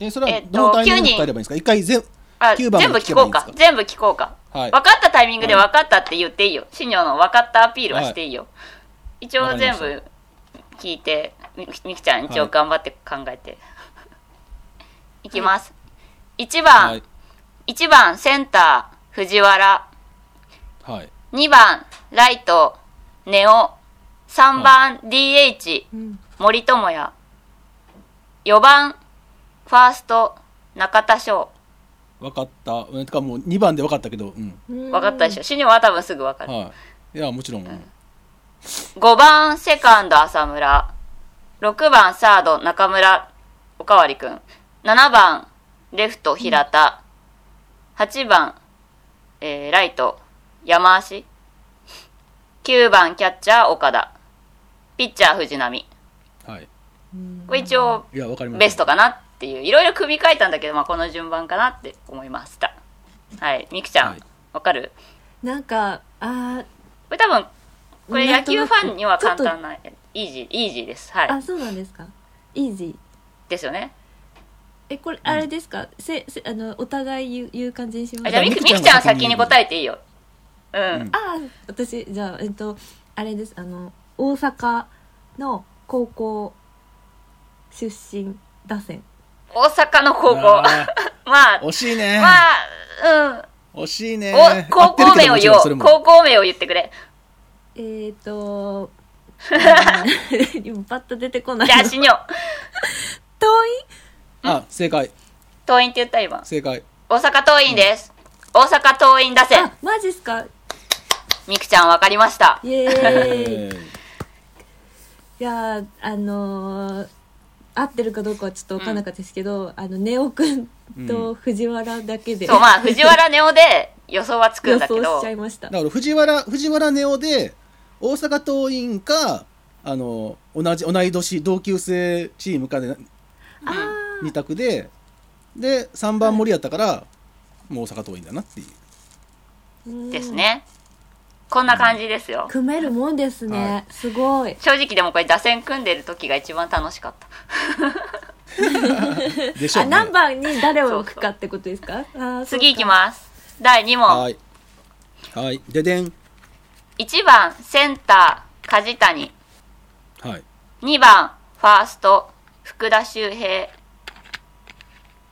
[SPEAKER 4] えそれ
[SPEAKER 3] え
[SPEAKER 4] は
[SPEAKER 3] っと
[SPEAKER 4] どのタイミングで答えればいいんですか、一回全
[SPEAKER 3] あ、
[SPEAKER 4] 九
[SPEAKER 3] 全
[SPEAKER 4] 番
[SPEAKER 3] 部
[SPEAKER 4] も
[SPEAKER 3] 聞こうか
[SPEAKER 4] 聞。けばいいん
[SPEAKER 3] 全部聞こうか。
[SPEAKER 4] はい
[SPEAKER 3] 分かったタイミングで分かったって言っていいよ。シニョの分かったアピールはしていいよ。一応全
[SPEAKER 4] わかり
[SPEAKER 3] 部聞いて、みみくちゃん一応頑張って考えて。い、きます。1番、
[SPEAKER 4] はい
[SPEAKER 3] 1番センター藤原
[SPEAKER 4] はい
[SPEAKER 3] 2番ライト根尾3番 DH
[SPEAKER 5] うん
[SPEAKER 3] 森友哉4番ファースト中田翔
[SPEAKER 4] 分かったうんてかもう2番で分かったけどうん
[SPEAKER 5] 分
[SPEAKER 3] 分かったでしょシニョは多分すぐ分かる
[SPEAKER 4] はいいやもちろん、
[SPEAKER 3] 5番セカンド浅村6番サード中村おかわりくん7番レフト平田8番、えーライト山足9番キャッチャー岡田ピッチャー藤浪
[SPEAKER 4] はい
[SPEAKER 3] これ一応
[SPEAKER 4] いや分かりました
[SPEAKER 3] ベストかなっていういろいろ組み替えたんだけど、まあ、この順番かなって思いましたはいみくちゃんわ
[SPEAKER 4] は、い
[SPEAKER 3] かる
[SPEAKER 5] なんかあー
[SPEAKER 3] これ多分これ
[SPEAKER 5] なん
[SPEAKER 3] 野
[SPEAKER 5] とな
[SPEAKER 3] 球
[SPEAKER 5] く
[SPEAKER 3] ファンには簡
[SPEAKER 5] ちょっ
[SPEAKER 3] 単なイージーイージーですはい
[SPEAKER 5] とあそうなんですかイージ
[SPEAKER 3] ですよね。
[SPEAKER 5] えこれあれですか、せせあのお互い言う言う感じにしま
[SPEAKER 3] あ
[SPEAKER 5] す
[SPEAKER 3] じゃあ、
[SPEAKER 4] だから
[SPEAKER 3] み
[SPEAKER 4] み
[SPEAKER 3] く
[SPEAKER 4] く
[SPEAKER 3] み
[SPEAKER 4] ちゃん
[SPEAKER 3] くちゃんは
[SPEAKER 4] が先
[SPEAKER 3] 先
[SPEAKER 4] に
[SPEAKER 3] に答えていいよ。うん。
[SPEAKER 4] うん
[SPEAKER 5] あー私じゃあえっとあれですあの大阪の高校出身打線
[SPEAKER 3] 大阪の高校。
[SPEAKER 4] あ
[SPEAKER 3] <laughs> まあ
[SPEAKER 4] ー、惜しい
[SPEAKER 3] <laughs>
[SPEAKER 4] ね、
[SPEAKER 3] まあ、
[SPEAKER 4] 惜しい
[SPEAKER 3] う
[SPEAKER 4] ね
[SPEAKER 3] ん。お高校名を言おう。
[SPEAKER 4] 高
[SPEAKER 3] 高校名を言ってくれ。
[SPEAKER 5] えっ、ー、とあー <laughs> 今パッと出てこない
[SPEAKER 3] じゃあ、
[SPEAKER 5] の
[SPEAKER 3] しにょ。
[SPEAKER 5] 遠
[SPEAKER 4] あ正解
[SPEAKER 3] 桐蔭って言った今。
[SPEAKER 4] 正解
[SPEAKER 3] 大阪桐蔭です。大阪桐蔭打
[SPEAKER 5] い
[SPEAKER 3] 線
[SPEAKER 5] あ。マジっすか
[SPEAKER 3] みくちゃんわかりました。
[SPEAKER 5] イエ
[SPEAKER 3] <laughs>
[SPEAKER 4] え
[SPEAKER 5] ーイ
[SPEAKER 4] ー
[SPEAKER 5] いやーあのー合ってるかどうかはちょっと分かんなかったですけど、あのネオくんと藤原だけで、
[SPEAKER 3] そう、まあ、藤原ネオで予想はつくん
[SPEAKER 5] 予
[SPEAKER 3] だけ
[SPEAKER 5] 想し
[SPEAKER 3] ど
[SPEAKER 5] ちゃ、いました
[SPEAKER 4] だから藤原藤原ネオで大阪桐蔭かあの同じ同い年同級生チームかで
[SPEAKER 5] あー
[SPEAKER 4] 2択でで3番森やったから、もう大阪桐蔭だなっていう
[SPEAKER 5] うん
[SPEAKER 3] ですね。こんな感じですよ。
[SPEAKER 5] 組めるもんですね、
[SPEAKER 4] は
[SPEAKER 5] すごい
[SPEAKER 3] 正直でもこれ打線組んでる時が一番楽しかった。
[SPEAKER 4] でしょう
[SPEAKER 5] あ
[SPEAKER 4] ね
[SPEAKER 5] 何番に誰を置くかってことですかあ
[SPEAKER 3] 次いき
[SPEAKER 5] す
[SPEAKER 3] ます。第2問。
[SPEAKER 4] はいはいででん
[SPEAKER 3] 1番センター梶谷
[SPEAKER 4] はい
[SPEAKER 3] 2番ファースト福田周平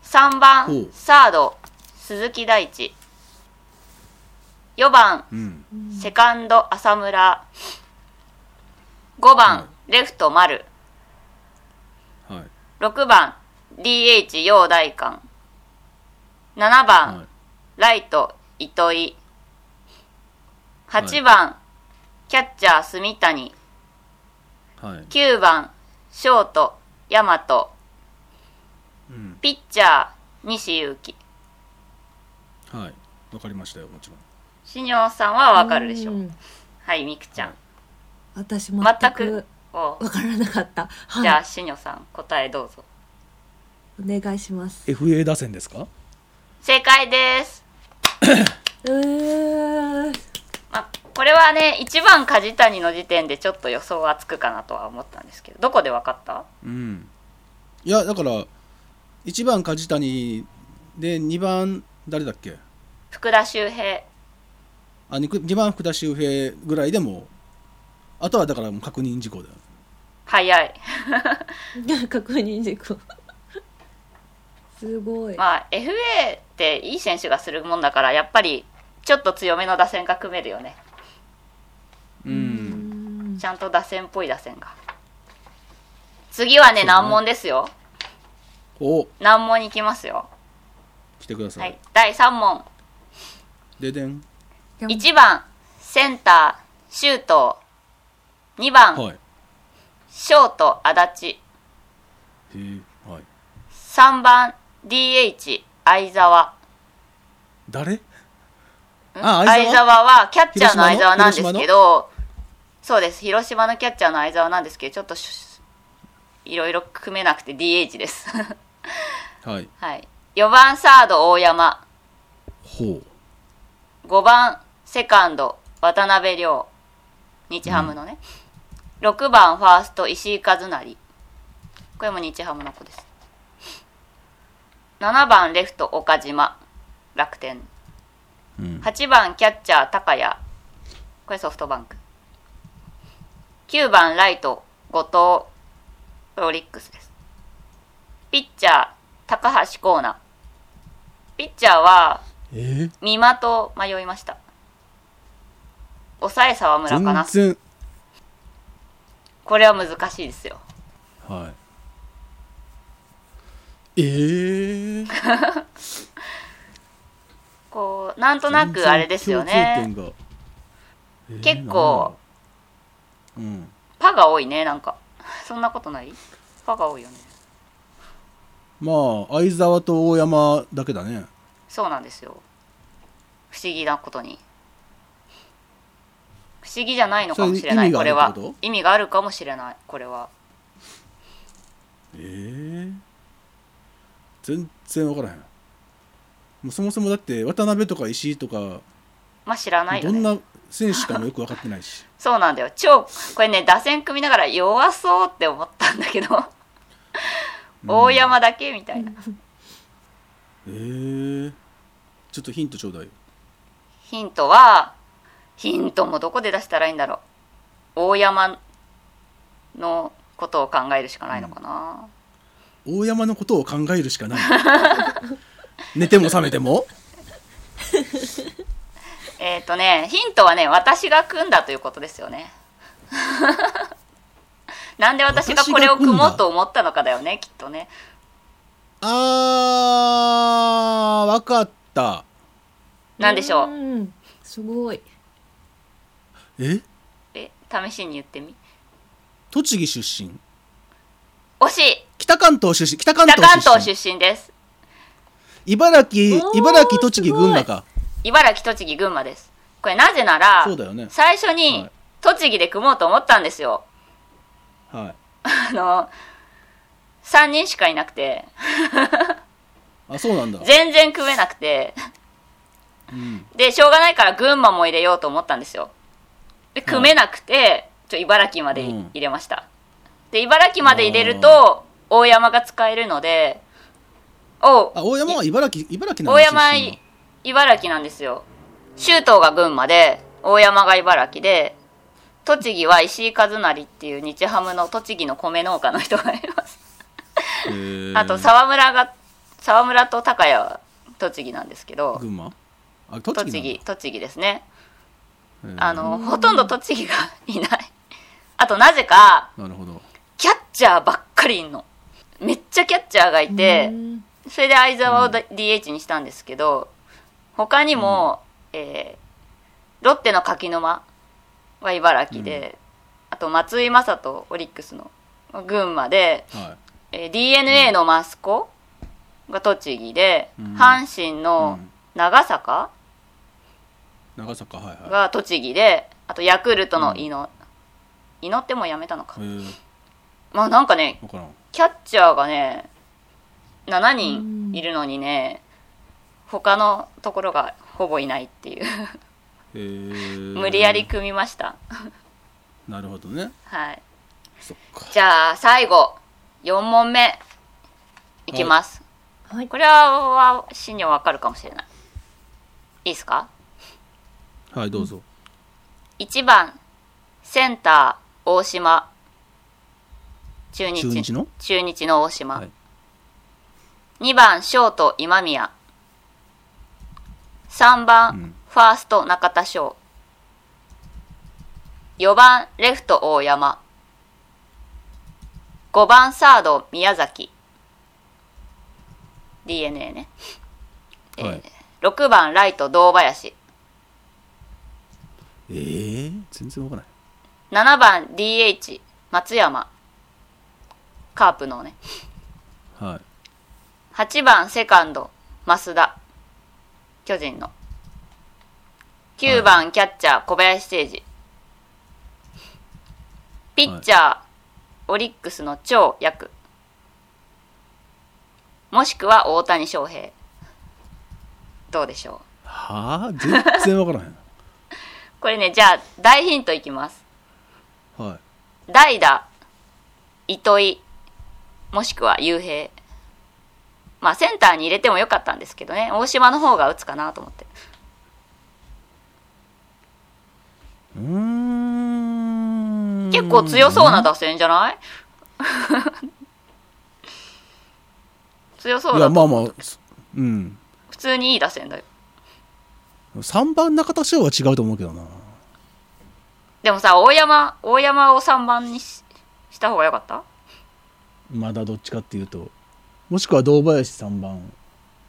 [SPEAKER 3] 3
[SPEAKER 4] ほ
[SPEAKER 3] 番
[SPEAKER 4] う
[SPEAKER 3] サード鈴木大地4番
[SPEAKER 4] うん
[SPEAKER 3] セカンド浅村5番
[SPEAKER 4] は
[SPEAKER 3] レフト丸
[SPEAKER 4] はい
[SPEAKER 3] 6番 DH 陽大館7番、
[SPEAKER 4] はい
[SPEAKER 3] ライト糸井8番、キャッチャー住谷
[SPEAKER 4] はい
[SPEAKER 3] 9番ショート大和
[SPEAKER 4] うん
[SPEAKER 3] ピッチャー西勇輝
[SPEAKER 4] はいわかりましたよもちろん
[SPEAKER 3] 新庄さんはわかるでしょうはいみくちゃん
[SPEAKER 5] 私全
[SPEAKER 3] 全く
[SPEAKER 5] く
[SPEAKER 3] おう
[SPEAKER 5] 分からなかった、はい、
[SPEAKER 3] じゃあ新庄さん答えどうぞ
[SPEAKER 5] お願いします
[SPEAKER 4] FA 打線ですか
[SPEAKER 3] 正解です、
[SPEAKER 5] えー、 <laughs>
[SPEAKER 3] まあ、これはね1番梶谷の時点でちょっと予想はつくかなとは思ったんですけどどこでわかった
[SPEAKER 4] うんいやだから1番梶谷で2番誰だっけ
[SPEAKER 3] 福田周平
[SPEAKER 4] あ 2, 番福田周平ぐらいでもあとはだからもう確認事項だよ
[SPEAKER 3] 早い
[SPEAKER 5] 確認事項すごい、
[SPEAKER 3] まあ FA っていい選手がするもんだからやっぱりちょっと強めの打線が組めるよね
[SPEAKER 4] う
[SPEAKER 5] うんん
[SPEAKER 3] ちゃんと打線っぽい打線が次はね
[SPEAKER 4] そうね
[SPEAKER 3] 難問ですよ
[SPEAKER 4] お
[SPEAKER 3] 難問いきますよ
[SPEAKER 4] 来てくださ、
[SPEAKER 3] はいい第3問
[SPEAKER 4] ででん
[SPEAKER 3] 1番センター周東2番
[SPEAKER 4] はい
[SPEAKER 3] ショート足立
[SPEAKER 4] へえはい
[SPEAKER 3] 3番 DH 相澤
[SPEAKER 4] 誰
[SPEAKER 3] ん
[SPEAKER 4] あ相
[SPEAKER 3] 相
[SPEAKER 4] 澤
[SPEAKER 3] 澤はキャッチャーの相澤なんで
[SPEAKER 4] 広島
[SPEAKER 3] す
[SPEAKER 4] の
[SPEAKER 3] けどそうです広島のキャッチャーの相澤なんですけどちょっとしいろいろ組めなくて DH です <laughs>
[SPEAKER 4] はい
[SPEAKER 3] はい4番サード大山
[SPEAKER 4] ほう
[SPEAKER 3] 5番セカンド渡辺亮日ハムのね、6番ファースト石井和成これも日ハムの子です7番レフト岡島楽天
[SPEAKER 4] うん
[SPEAKER 3] 8番キャッチャー高谷これソフトバンク9番ライト後藤これオリックスですピッチャー高橋光成ピッチャーは
[SPEAKER 4] えー
[SPEAKER 3] 三馬と迷いました抑え沢村かな
[SPEAKER 4] 全然
[SPEAKER 3] これは難しいですよ
[SPEAKER 4] はいええー、
[SPEAKER 3] こうなんとなくあれですよ
[SPEAKER 4] 全
[SPEAKER 3] ね
[SPEAKER 4] 然共通点が、えー
[SPEAKER 3] 結構
[SPEAKER 4] なんだろううん
[SPEAKER 3] パが多いねなんかそんなことないパが多いよね
[SPEAKER 4] まあ相沢と大山だけだね
[SPEAKER 3] そうなんですよ不思議なことに不思議じゃないのかもしれない
[SPEAKER 4] そ
[SPEAKER 3] こ
[SPEAKER 4] れ
[SPEAKER 3] れ
[SPEAKER 4] 意味が
[SPEAKER 3] は
[SPEAKER 4] あるってこと
[SPEAKER 3] 意味があるかもしれないこれは
[SPEAKER 4] えー、全然分からへんもうそもそもだって渡辺とか石井とか
[SPEAKER 3] まあ知らないよ
[SPEAKER 4] ど
[SPEAKER 3] ね
[SPEAKER 4] んな選手かもよく分かってないし
[SPEAKER 3] そうなんだよ超これね打線組みながら弱そうって思ったんだけど大山だけみたいな。
[SPEAKER 4] えー、ちょっとヒントちょうだい
[SPEAKER 3] ヒントは、ヒントもどこで出したらいいんだろう。大山のことを考えるしかないのかな。
[SPEAKER 4] 大山のことを考えるしかない寝ても覚めても
[SPEAKER 3] えっ、とね、ヒントはね、私が組んだということですよね。 <laughs> なんで私がこれを組もうと思ったのかだよね、きっとね。
[SPEAKER 4] <laughs> あーわかった
[SPEAKER 3] なんでしょう。
[SPEAKER 5] んすごい
[SPEAKER 4] え
[SPEAKER 3] え、試しに言ってみ。
[SPEAKER 4] 栃木出身
[SPEAKER 3] 惜しい
[SPEAKER 4] 北関東出身北関
[SPEAKER 3] 北関
[SPEAKER 4] 東出身
[SPEAKER 3] 東出身です。
[SPEAKER 4] 茨城
[SPEAKER 5] おー
[SPEAKER 4] 茨城栃木
[SPEAKER 5] すごい
[SPEAKER 4] 群馬か
[SPEAKER 3] 茨城、栃木、群馬です。これなぜなら、
[SPEAKER 4] そうだよね
[SPEAKER 3] 最初に
[SPEAKER 4] はい
[SPEAKER 3] 栃木で組もうと思ったんですよ。
[SPEAKER 4] はい
[SPEAKER 3] あの、3人しかいなくて、
[SPEAKER 4] あそうなんだ、
[SPEAKER 3] 全然組めなくて、
[SPEAKER 4] うん、
[SPEAKER 3] で、しょうがないから群馬も入れようと思ったんですよ。で、組めなくて、ちょ、茨城までい
[SPEAKER 4] うん
[SPEAKER 3] 入れました。で、茨城まで入れると、大山が使えるので、お
[SPEAKER 4] あ大山は茨城茨城なん
[SPEAKER 3] 大
[SPEAKER 4] だ
[SPEAKER 3] 山
[SPEAKER 4] 出身はい
[SPEAKER 3] 茨城なんですよ周東が群馬で大山が茨城で栃木は石井和成っていう日ハムの栃木の米農家の人がいます、
[SPEAKER 4] へー
[SPEAKER 3] あと沢村が沢村と高谷は栃木なんですけど
[SPEAKER 4] 群馬あ栃木
[SPEAKER 3] 栃木栃木ですね
[SPEAKER 4] なんだ
[SPEAKER 3] あ
[SPEAKER 4] へ
[SPEAKER 3] のほとんど栃木がいないあとなぜか
[SPEAKER 4] ーなるほど
[SPEAKER 3] キャッチャーばっかりいんのめっちゃキャッチャーがいて、
[SPEAKER 5] うん
[SPEAKER 3] それで相沢をだ DH にしたんですけど、他にも、えーロッテの柿沼は茨城で、あと松井雅人オリックスの群馬で、
[SPEAKER 4] は
[SPEAKER 3] えー d n a の益子が栃木で、
[SPEAKER 4] うん
[SPEAKER 3] 阪神
[SPEAKER 4] い、う
[SPEAKER 3] の
[SPEAKER 4] ん
[SPEAKER 3] 長坂
[SPEAKER 4] 長坂はいは
[SPEAKER 3] が栃木であとヤクルトの井野、井野ってもうやめたのか
[SPEAKER 4] いへ、え
[SPEAKER 3] まあなんかね
[SPEAKER 4] 分からん
[SPEAKER 3] キャッチャーがね7
[SPEAKER 5] う
[SPEAKER 3] 人
[SPEAKER 5] ん
[SPEAKER 3] いるのにね他のところがほぼいないっていう
[SPEAKER 4] へー
[SPEAKER 3] 無理やり組みました
[SPEAKER 4] なるほどね
[SPEAKER 3] はい
[SPEAKER 4] そっか
[SPEAKER 3] じゃあ最後4問目いきます、
[SPEAKER 5] はい
[SPEAKER 3] これはシニアわかるかもしれないいいですか
[SPEAKER 4] はいどうぞ
[SPEAKER 3] 1番センター大島中日
[SPEAKER 4] 中日の
[SPEAKER 3] 中日の大島、
[SPEAKER 4] はい
[SPEAKER 3] 2番ショート今宮3番、
[SPEAKER 4] うん
[SPEAKER 3] ファースト中田翔4番レフト大山5番サード宮崎 d n a ね、え
[SPEAKER 4] はい
[SPEAKER 3] 6番ライト堂林
[SPEAKER 4] えー、全然わからない
[SPEAKER 3] 7番 DH 松山カープのね
[SPEAKER 4] はい
[SPEAKER 3] 8番セカンド増田巨人の9番キャッチャー小林誠司ピッチャー、オリックスの超役もしくは大谷翔平どうでしょ
[SPEAKER 4] はあ全然わからへん
[SPEAKER 3] うこれねじゃあ大ヒントいきます
[SPEAKER 4] <laughs> はい
[SPEAKER 3] 代打糸井もしくは雄平まあセンターに入れてもよかったんですけどね大島の方が打つかなと思って
[SPEAKER 4] うーん
[SPEAKER 3] 結構強そうな打線じゃない <laughs> 強そう
[SPEAKER 4] いや
[SPEAKER 3] だ
[SPEAKER 4] まあまあうん
[SPEAKER 3] 普通にいい打線だよ
[SPEAKER 4] 3番中田翔は違うと思うけどな
[SPEAKER 3] でもさ大山大山を3番にしした方がよかった
[SPEAKER 4] まだどっちかっていうともしくは堂林3番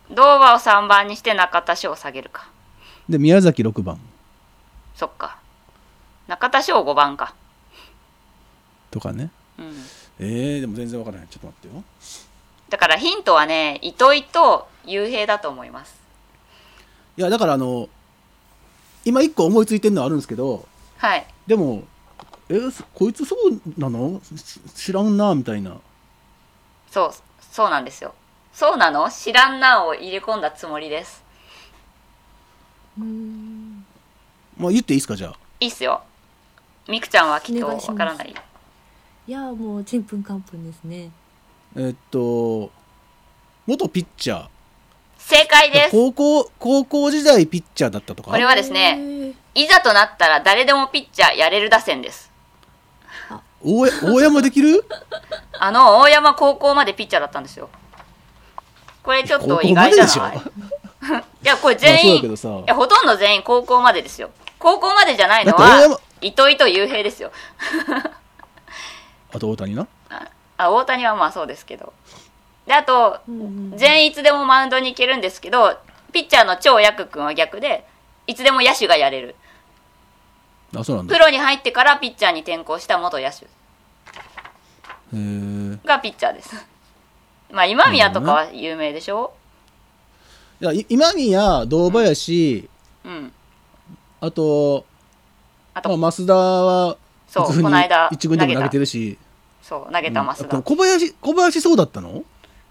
[SPEAKER 3] 堂場を3番にして中田翔を下げるか
[SPEAKER 4] で宮崎6番
[SPEAKER 3] そっか中田翔5番か
[SPEAKER 4] とかね
[SPEAKER 3] うん
[SPEAKER 4] えー、でも全然わからへんちょっと待ってよ
[SPEAKER 3] だからヒントはね糸井と雄平だと思います
[SPEAKER 4] いやだからあの今1個思いついてるのはあるんですけど
[SPEAKER 3] はい
[SPEAKER 4] でもえーこいつそうなのし知らんなみたいな
[SPEAKER 3] そう、そうなんですよ。そうなの知らんなを入れ込んだつもりです。
[SPEAKER 5] うん
[SPEAKER 4] まあ言っていいですかじゃあ
[SPEAKER 3] いいっすよ。みくちゃんはきっと
[SPEAKER 5] お願
[SPEAKER 3] わ
[SPEAKER 5] いします
[SPEAKER 3] からない。
[SPEAKER 5] いやもうちんぷんかんぷんですね
[SPEAKER 4] えっと元ピッチャ
[SPEAKER 3] 正解で
[SPEAKER 4] ー
[SPEAKER 3] す。
[SPEAKER 4] 高校高校時代ピッチャーだったとか
[SPEAKER 3] これはですね、
[SPEAKER 5] ね
[SPEAKER 3] いざとなったら誰でもピッチャーやれる打線です。
[SPEAKER 4] 大江大山でき
[SPEAKER 3] <laughs>
[SPEAKER 4] る
[SPEAKER 3] あの、大山高校までピッチャーだったんですよ。これちょっ
[SPEAKER 4] 高
[SPEAKER 3] と
[SPEAKER 4] 校
[SPEAKER 3] 意
[SPEAKER 4] ま
[SPEAKER 3] 外じ
[SPEAKER 4] でで
[SPEAKER 3] ゃ
[SPEAKER 4] しょ
[SPEAKER 3] ない <laughs> いや、これ
[SPEAKER 4] まあそう
[SPEAKER 3] 全
[SPEAKER 4] だけ
[SPEAKER 3] 員、
[SPEAKER 4] どさ
[SPEAKER 3] いや、ほとんど全員高校までですよ。高校までじゃないの
[SPEAKER 4] だって大山
[SPEAKER 3] は、糸井と雄平ですよ。
[SPEAKER 4] あと大谷な
[SPEAKER 3] ああ、大谷はまあそうですけど。で、あと、
[SPEAKER 5] うん
[SPEAKER 3] 全員いつでもマウンドに行けるんですけど、ピッチャーの超ヤク君は逆で、いつでも野手がやれる。
[SPEAKER 4] あそうなんだ
[SPEAKER 3] プロに入ってからピッチャーに転向した元野手
[SPEAKER 4] へー
[SPEAKER 3] がピッチャーです。 <laughs> まあ、今宮とかは有名でしょ
[SPEAKER 4] いやい今宮堂林、
[SPEAKER 3] うん。
[SPEAKER 4] あと
[SPEAKER 3] あ
[SPEAKER 4] まあ、
[SPEAKER 3] と、
[SPEAKER 4] 増田は
[SPEAKER 3] そう
[SPEAKER 4] 普通に
[SPEAKER 3] この間
[SPEAKER 4] 一軍でも投げてるし
[SPEAKER 3] そう、投げた増
[SPEAKER 4] う
[SPEAKER 3] 田。
[SPEAKER 4] ん小林小林そうだったの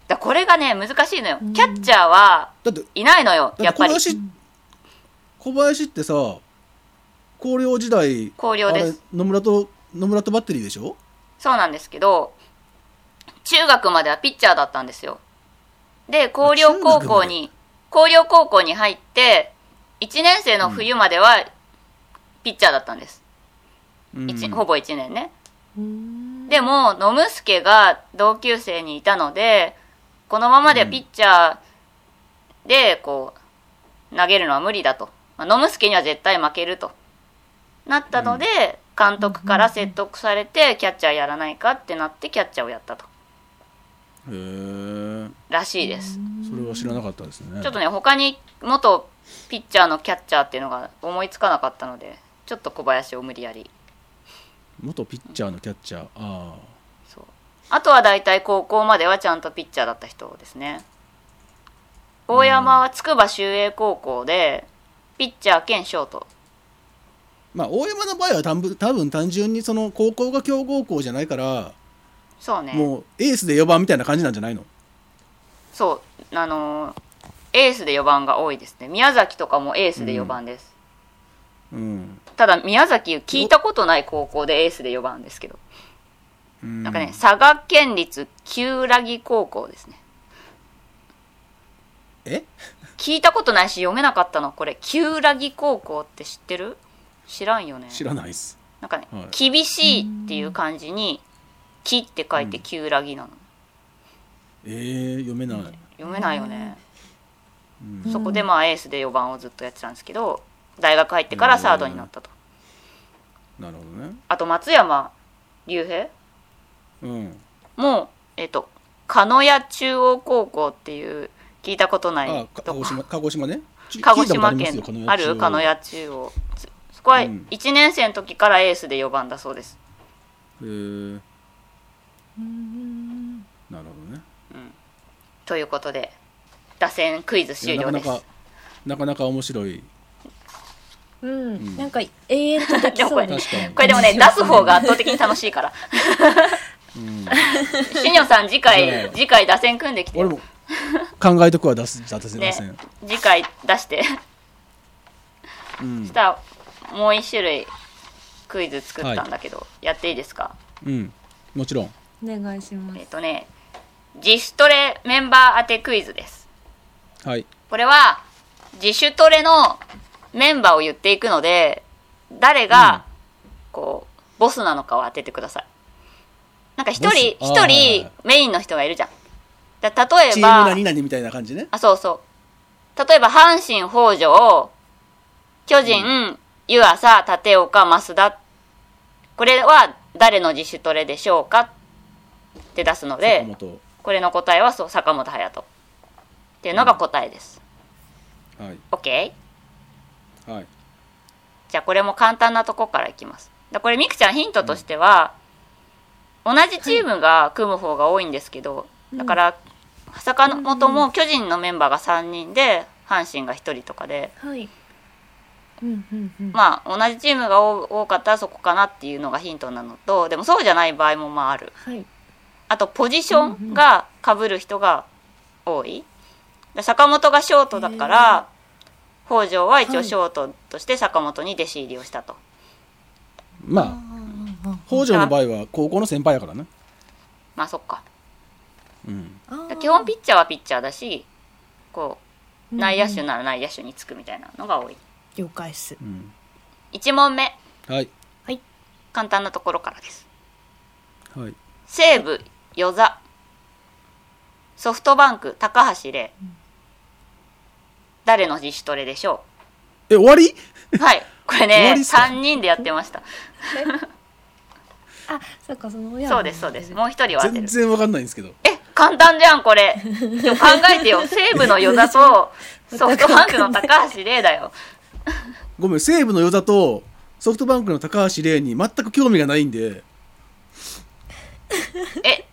[SPEAKER 3] だこれがね、難しいのよ
[SPEAKER 5] うん。
[SPEAKER 3] キャッチャーは
[SPEAKER 4] だって
[SPEAKER 3] いないのよ、
[SPEAKER 4] だ
[SPEAKER 3] や
[SPEAKER 4] っ
[SPEAKER 3] ってぱり。
[SPEAKER 4] 小林小林ってさ広陵時代
[SPEAKER 3] 広陵で
[SPEAKER 4] あれ
[SPEAKER 3] す。
[SPEAKER 4] 野村と野村とバッテリーでしょ
[SPEAKER 3] そうなんですけど、中学まではピッチャーだったんですよ。で、広陵高校に、広陵高校に入って、1年生の冬まではピッチャーだったんです。一ほぼ1年ね。
[SPEAKER 5] うん
[SPEAKER 3] でも、ノムスケが同級生にいたので、このままではピッチャーで、こう、投げるのは無理だと。まあ、ノムスケには絶対負けると。なったので、監督から説得されて、キャッチャーやらないかってなって、キャッチャーをやったと。
[SPEAKER 4] へえ
[SPEAKER 3] らしいです。
[SPEAKER 4] それは知らなかったですね
[SPEAKER 3] ちょっとね、他に元ピッチャーのキャッチャーっていうのが思いつかなかったので、ちょっと小林を無理やり。
[SPEAKER 4] 元ピッチャーのキャッチャーあ
[SPEAKER 3] そうあとは大体高校まではちゃんとピッチャーだった人ですね大山は筑波修英高校でピッチャー兼ショート
[SPEAKER 4] あまあ大山の場合は多分多分単純にその高校が強豪校じゃないから、
[SPEAKER 3] そうね
[SPEAKER 4] もうエースで4番みたいな感じなんじゃないの
[SPEAKER 3] そうあのーエースで4番が多いですね宮崎とかもエースで4番です、
[SPEAKER 4] うん
[SPEAKER 3] ただ宮崎聞いたことない高校でエースで4番ですけど
[SPEAKER 4] な
[SPEAKER 3] なんかね佐賀県立旧良木高校ですね
[SPEAKER 4] え
[SPEAKER 3] 聞いたことないし読めなかったのこれ旧良木高校って知ってる知らんよね
[SPEAKER 4] 知らないっす
[SPEAKER 3] なんかね、
[SPEAKER 4] はい
[SPEAKER 3] 厳しいっていう漢字に「木」って書いて「木裏木」なの、
[SPEAKER 4] えー、読めない、
[SPEAKER 3] 読めないよね、
[SPEAKER 4] うん
[SPEAKER 3] そこでまあエースで4番をずっとやってたんですけど大学入ってからサードになったと、
[SPEAKER 4] なるほどね
[SPEAKER 3] あと松山竜平
[SPEAKER 4] うん
[SPEAKER 3] もえっ、と鹿屋中央高校っていう聞いたことな
[SPEAKER 4] あ
[SPEAKER 3] い
[SPEAKER 4] か鹿
[SPEAKER 3] と
[SPEAKER 4] 児
[SPEAKER 3] こ
[SPEAKER 4] 島鹿児島ねち
[SPEAKER 3] 鹿児
[SPEAKER 4] 聞いたこ
[SPEAKER 3] 島
[SPEAKER 4] とります
[SPEAKER 3] 県
[SPEAKER 4] よ
[SPEAKER 3] ある
[SPEAKER 4] 鹿
[SPEAKER 3] 鹿
[SPEAKER 4] の
[SPEAKER 3] 屋中央つそこは
[SPEAKER 4] うん
[SPEAKER 3] 1年生の時からエースで4番だそうです、
[SPEAKER 4] へー
[SPEAKER 5] うん
[SPEAKER 4] なるほどね
[SPEAKER 3] ということで打線クイズ終
[SPEAKER 4] いや
[SPEAKER 3] 了
[SPEAKER 4] な
[SPEAKER 3] で
[SPEAKER 4] か
[SPEAKER 3] す
[SPEAKER 4] なかなかなか面白い
[SPEAKER 5] うんなんか永遠とでき
[SPEAKER 3] <laughs>
[SPEAKER 5] そう
[SPEAKER 3] で
[SPEAKER 5] な
[SPEAKER 3] も
[SPEAKER 4] 確かに
[SPEAKER 3] これでもね出す方が圧倒的に楽しいから
[SPEAKER 4] うん、
[SPEAKER 3] しにょさん次
[SPEAKER 4] そう
[SPEAKER 3] 回次回打線組んできて
[SPEAKER 4] 俺も考えとくは出す出せま
[SPEAKER 3] ね
[SPEAKER 4] せん、
[SPEAKER 3] 次回出して
[SPEAKER 4] うん
[SPEAKER 3] そし、たらもう一種類クイズ作ったんだけど、やっていいですか
[SPEAKER 4] うん、もちろん
[SPEAKER 5] お願いしま
[SPEAKER 3] えっ、
[SPEAKER 5] す
[SPEAKER 3] とね自主トレメンバー当てクイズです
[SPEAKER 4] はい
[SPEAKER 3] これは自主トレのメンバーを言っていくので誰がこう、ボスなのかを当ててくださいなんか一人
[SPEAKER 4] ボス
[SPEAKER 3] 一
[SPEAKER 4] あー
[SPEAKER 3] 人メインの人がいるじゃんだ例えば
[SPEAKER 4] チーム何々みたいな感じね
[SPEAKER 3] あ、そうそう。例えば、阪神、北条、巨人、湯浅、立岡、増田。これは誰の自主トレでしょうかって出すの
[SPEAKER 4] 坂
[SPEAKER 3] で、
[SPEAKER 4] 本
[SPEAKER 3] これの答えはそう、坂本隼人。っていうのが答えです。
[SPEAKER 4] はい
[SPEAKER 3] OK?
[SPEAKER 4] はい
[SPEAKER 3] じゃあ、これも簡単なとこからいきます。だこれ、みくちゃんヒントとしては、同じチームが組む方が多いんですけど、だから、坂本も巨人のメンバーが3人で、阪神が1人とかで、
[SPEAKER 5] はいうんうんうん
[SPEAKER 3] まあ同じチームが多多かったらそこかなっていうのがヒントなのとでもそうじゃない場合もまあある
[SPEAKER 5] はい
[SPEAKER 3] あとポジションが被る人が多いで坂本がショートだから北条は一
[SPEAKER 5] は
[SPEAKER 3] 応
[SPEAKER 5] い
[SPEAKER 3] ショートとして坂本に弟子入りをしたと、
[SPEAKER 4] まあ北条の場合は高校の先輩やからね
[SPEAKER 3] まあそっか
[SPEAKER 4] うん
[SPEAKER 5] あー
[SPEAKER 3] 基本ピッチャーはピッチャーだしこう
[SPEAKER 5] うん
[SPEAKER 3] 内野手なら内野手につくみたいなのが多い
[SPEAKER 5] 了解っす
[SPEAKER 4] うん
[SPEAKER 3] 1問目
[SPEAKER 4] はい
[SPEAKER 3] 簡単なところからです
[SPEAKER 4] はい
[SPEAKER 3] 西武与座ソフトバンク高橋礼誰の自主トレでしょ
[SPEAKER 4] え終わり <laughs>
[SPEAKER 3] うはいこれ
[SPEAKER 4] 終わ
[SPEAKER 3] ね
[SPEAKER 4] りっすか
[SPEAKER 3] 3人でやってました
[SPEAKER 5] あそうかその親
[SPEAKER 3] そうですそうですもう1人は当て
[SPEAKER 4] 全
[SPEAKER 3] る
[SPEAKER 4] 然わかんないんですけど
[SPEAKER 3] え簡単じゃんこれでも考えて
[SPEAKER 4] <laughs>
[SPEAKER 3] よ西武の与座とソフトバンクの高橋礼だよ
[SPEAKER 4] ごめん西武の与田とソフトバンクの高橋玲に全く興味がないんで
[SPEAKER 3] え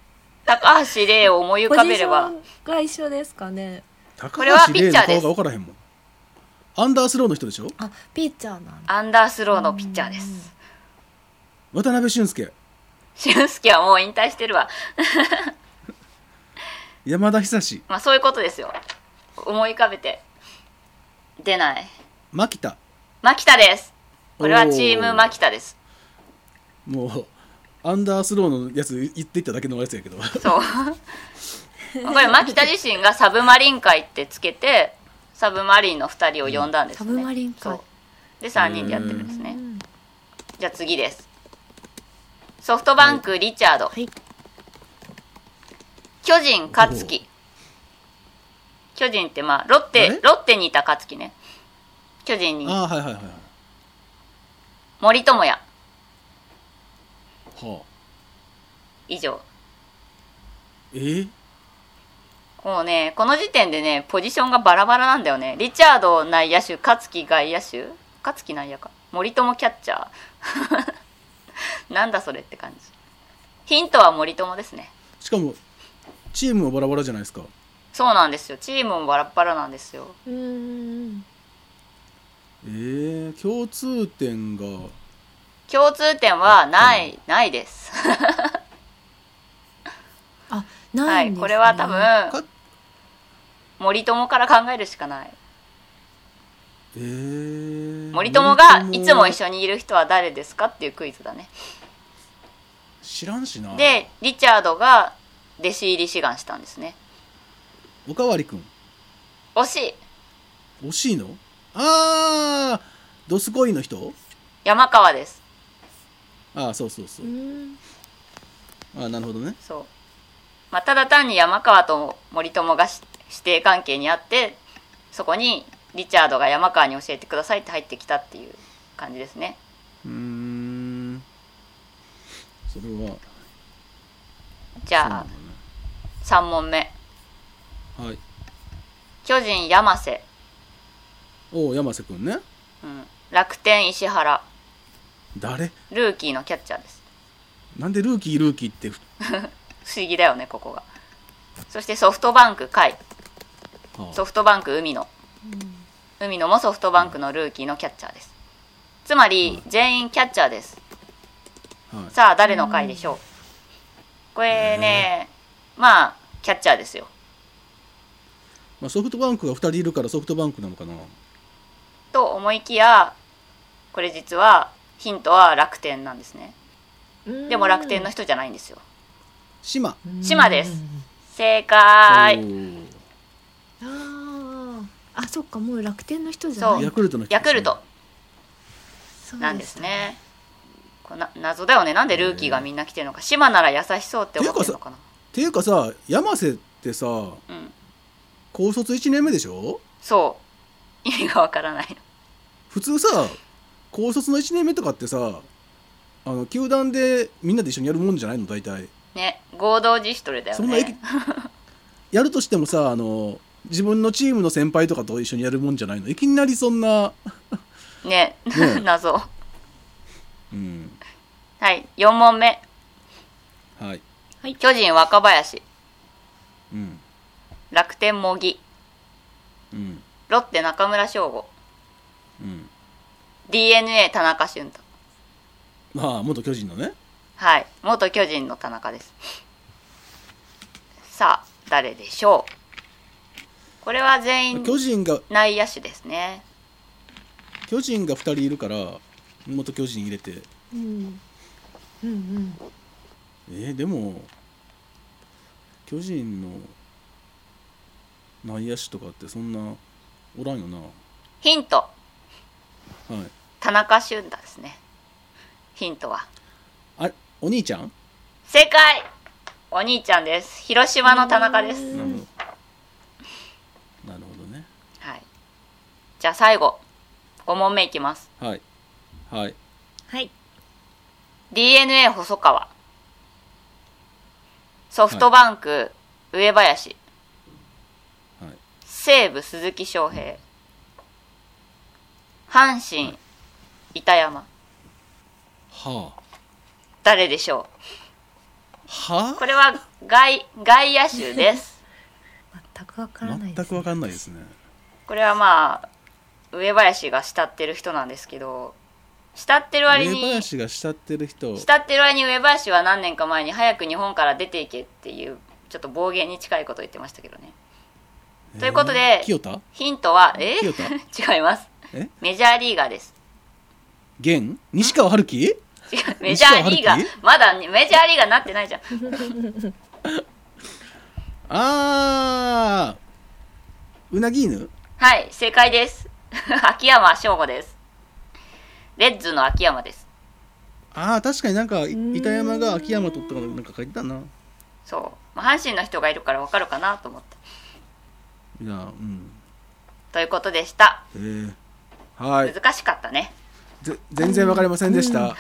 [SPEAKER 3] 高橋礼を思い浮かべれば
[SPEAKER 5] ポジションが一緒ですかね
[SPEAKER 4] 高
[SPEAKER 3] これは
[SPEAKER 4] 橋
[SPEAKER 3] ピッ
[SPEAKER 4] 玲
[SPEAKER 3] チャ
[SPEAKER 4] の
[SPEAKER 3] ーで
[SPEAKER 4] 顔
[SPEAKER 3] す
[SPEAKER 4] が分からへんもんアンダースローの人でしょ
[SPEAKER 5] あピッチャーなんだ
[SPEAKER 3] アンダースローのピッチャーです
[SPEAKER 4] 渡辺俊介
[SPEAKER 3] 俊介はもう引退してるわ <laughs>
[SPEAKER 4] 山田久志
[SPEAKER 3] まあそういうことですよ思い浮かべて出ない
[SPEAKER 4] 牧田
[SPEAKER 3] 牧田ですこれはチー
[SPEAKER 4] おー
[SPEAKER 3] ム牧田です
[SPEAKER 4] もうアンダースローのやつ言っていっただけのやつやけど
[SPEAKER 3] そう <laughs> これ牧田自身がサブマリン会ってつけてサブマリンの2人を呼んだんです
[SPEAKER 5] サ
[SPEAKER 3] ね、
[SPEAKER 5] ブマリンか
[SPEAKER 3] そうで3人でやってるんですね
[SPEAKER 5] うん
[SPEAKER 3] じゃあ次ですソフトバンクリチャード、
[SPEAKER 5] はい
[SPEAKER 3] 巨人勝樹巨人ってまあロッ
[SPEAKER 4] あれ
[SPEAKER 3] テロッテにいた勝樹ね巨人に
[SPEAKER 4] ああはいはいはいはい
[SPEAKER 3] 森友哉
[SPEAKER 4] はあ
[SPEAKER 3] 以上
[SPEAKER 4] えー、
[SPEAKER 3] もうねこの時点でねポジションがバラバラなんだよねリチャード内野手勝樹外野手勝樹内野か森友キャッチャー <laughs> なんだそれって感じヒントは森友ですね
[SPEAKER 4] しかもチームもバラバラじゃないですか
[SPEAKER 3] そうなんですよチームもバラバラなんですよ
[SPEAKER 5] うんうん
[SPEAKER 4] えー、共通点が
[SPEAKER 3] 共通点はない、ないです。
[SPEAKER 5] あ
[SPEAKER 3] は
[SPEAKER 5] ないん
[SPEAKER 3] い、
[SPEAKER 5] ですね
[SPEAKER 3] これは多
[SPEAKER 4] か
[SPEAKER 3] 分森友から考えるしかない。
[SPEAKER 4] えー、
[SPEAKER 3] 森友がいつも一緒にいる人は誰ですかっていうクイズだね。
[SPEAKER 4] 知らんしな
[SPEAKER 3] で、リチャードが弟子入り志願したんですね。
[SPEAKER 4] おかわりくん
[SPEAKER 3] 惜しい
[SPEAKER 4] 惜しいのああドスコインの人
[SPEAKER 3] 山川です。
[SPEAKER 4] ああそうそうそううんああなるほどね
[SPEAKER 3] そう。まあ、ただ単に山川と森友がし師弟関係にあって、そこにリチャードが山川に教えてくださいって入ってきたっていう感じですね。
[SPEAKER 4] うーんそれは
[SPEAKER 3] じゃあ、3問目。
[SPEAKER 4] あ、はい
[SPEAKER 3] 巨人山瀬。
[SPEAKER 4] おお山瀬くんね
[SPEAKER 3] うん、楽天石原
[SPEAKER 4] 誰
[SPEAKER 3] ルーキーのキャッチャーです
[SPEAKER 4] なんでルーキールーキーってふ
[SPEAKER 3] 不思議だよねここがそしてソフトバンク甲斐
[SPEAKER 4] は
[SPEAKER 3] ソフトバンク海野海野もソフトバンクのルーキーのキャッチャーですつまり全員キャッチャーです
[SPEAKER 4] あ、はい、
[SPEAKER 3] さあ誰の回でしょうこれねまあキャッチャーですよ
[SPEAKER 4] まあ、ソフトバンクが2人いるからソフトバンクなのかな
[SPEAKER 3] と思いきやこれ実はヒントは楽天なんですね
[SPEAKER 5] うん
[SPEAKER 3] でも楽天の人じゃないんですよ
[SPEAKER 4] 島
[SPEAKER 3] 島です正
[SPEAKER 4] お
[SPEAKER 3] 解
[SPEAKER 4] ー
[SPEAKER 5] あーあそっかもう楽天の人じゃ
[SPEAKER 3] そ
[SPEAKER 5] な
[SPEAKER 3] う
[SPEAKER 5] い
[SPEAKER 4] ヤクルトの人
[SPEAKER 3] ヤクルト
[SPEAKER 5] そう
[SPEAKER 3] なんですね。こうな謎だよね。なんでルーキーがみんな来てるのか。島なら優しそうって思ってるのかな。
[SPEAKER 4] っていうかさ山瀬ってさ
[SPEAKER 3] うん。
[SPEAKER 4] 高卒1年目でしょ
[SPEAKER 3] そう。意味がわからない。
[SPEAKER 4] 普通さ高卒の1年目とかってさあの球団でみんなで一緒にやるもんじゃないの大体
[SPEAKER 3] ね、合同自主トレだよ
[SPEAKER 4] そんな
[SPEAKER 3] <laughs>
[SPEAKER 4] 駅
[SPEAKER 3] ね。
[SPEAKER 4] やるとしてもさあの自分のチームの先輩とかと一緒にやるもんじゃないのいきなりそんな、
[SPEAKER 3] ね、
[SPEAKER 4] ね
[SPEAKER 3] <laughs> 謎。は
[SPEAKER 4] うん
[SPEAKER 3] い、4問目。
[SPEAKER 4] はい
[SPEAKER 3] 巨人若林、
[SPEAKER 4] うん
[SPEAKER 3] 楽天茂木、
[SPEAKER 4] うん
[SPEAKER 3] ロッテ中村翔吾、
[SPEAKER 4] うん
[SPEAKER 3] DNA 田中俊太。
[SPEAKER 4] まあ元巨人のね
[SPEAKER 3] はい、元巨人の田中です。さあ、誰でしょう。これは全員
[SPEAKER 4] 巨人が
[SPEAKER 3] 内野手ですね。
[SPEAKER 4] 巨人が2人いるから元巨人入れて
[SPEAKER 5] うんうんうん
[SPEAKER 4] えー、でも巨人の内野手とかってそんなおらんよな。
[SPEAKER 3] ヒント
[SPEAKER 4] はい。
[SPEAKER 3] 田中俊太ですねヒントは
[SPEAKER 4] あれお兄ちゃん？
[SPEAKER 3] 正解お兄ちゃんです広島の田中です
[SPEAKER 4] なるほど。なるほどね。
[SPEAKER 3] はいじゃあ最後5問目いきます
[SPEAKER 4] はいはい。
[SPEAKER 5] はい。
[SPEAKER 3] d n a 細川ソフトバンク、上林、
[SPEAKER 4] はい
[SPEAKER 3] 西武鈴木翔平阪神、板山
[SPEAKER 4] は
[SPEAKER 3] 誰でしょ
[SPEAKER 4] あ
[SPEAKER 3] う
[SPEAKER 4] は
[SPEAKER 3] これは外外野手です
[SPEAKER 5] 全くわか
[SPEAKER 4] あ
[SPEAKER 5] らない
[SPEAKER 4] 全くわかんないですね。
[SPEAKER 3] これはまあ上林が慕ってる人なんですけど慕ってる割
[SPEAKER 4] 上
[SPEAKER 3] に
[SPEAKER 4] 林が慕ってる人。
[SPEAKER 3] 慕ってる割に上林は何年か前に早く日本から出ていけっていうちょっと暴言に近いことを言ってましたけどねということで
[SPEAKER 4] えー清田？
[SPEAKER 3] ヒントは、え
[SPEAKER 4] 清田
[SPEAKER 3] <laughs> 違います
[SPEAKER 4] え。
[SPEAKER 3] メジャーリーガーです。
[SPEAKER 4] 源？西川春樹？
[SPEAKER 3] 違う、メジャーリーガ
[SPEAKER 4] 西
[SPEAKER 3] ーま
[SPEAKER 4] 川。
[SPEAKER 3] だねメジャーリーガーになってないじゃん。
[SPEAKER 4] ああ。うなぎ犬？
[SPEAKER 3] はい、正解です。 <laughs> 秋山翔吾です。レッズの秋山です。
[SPEAKER 4] ああ確かになんかい
[SPEAKER 5] ーん
[SPEAKER 4] 板山が秋山取ったからなんか書いてたな。
[SPEAKER 3] そう。まあ阪神の人がいるからわかるかなと思って。
[SPEAKER 4] いやうん。
[SPEAKER 3] ということでした。
[SPEAKER 4] えー、はい。
[SPEAKER 3] 難しかったね。
[SPEAKER 4] ぜ全然わかりませんでした。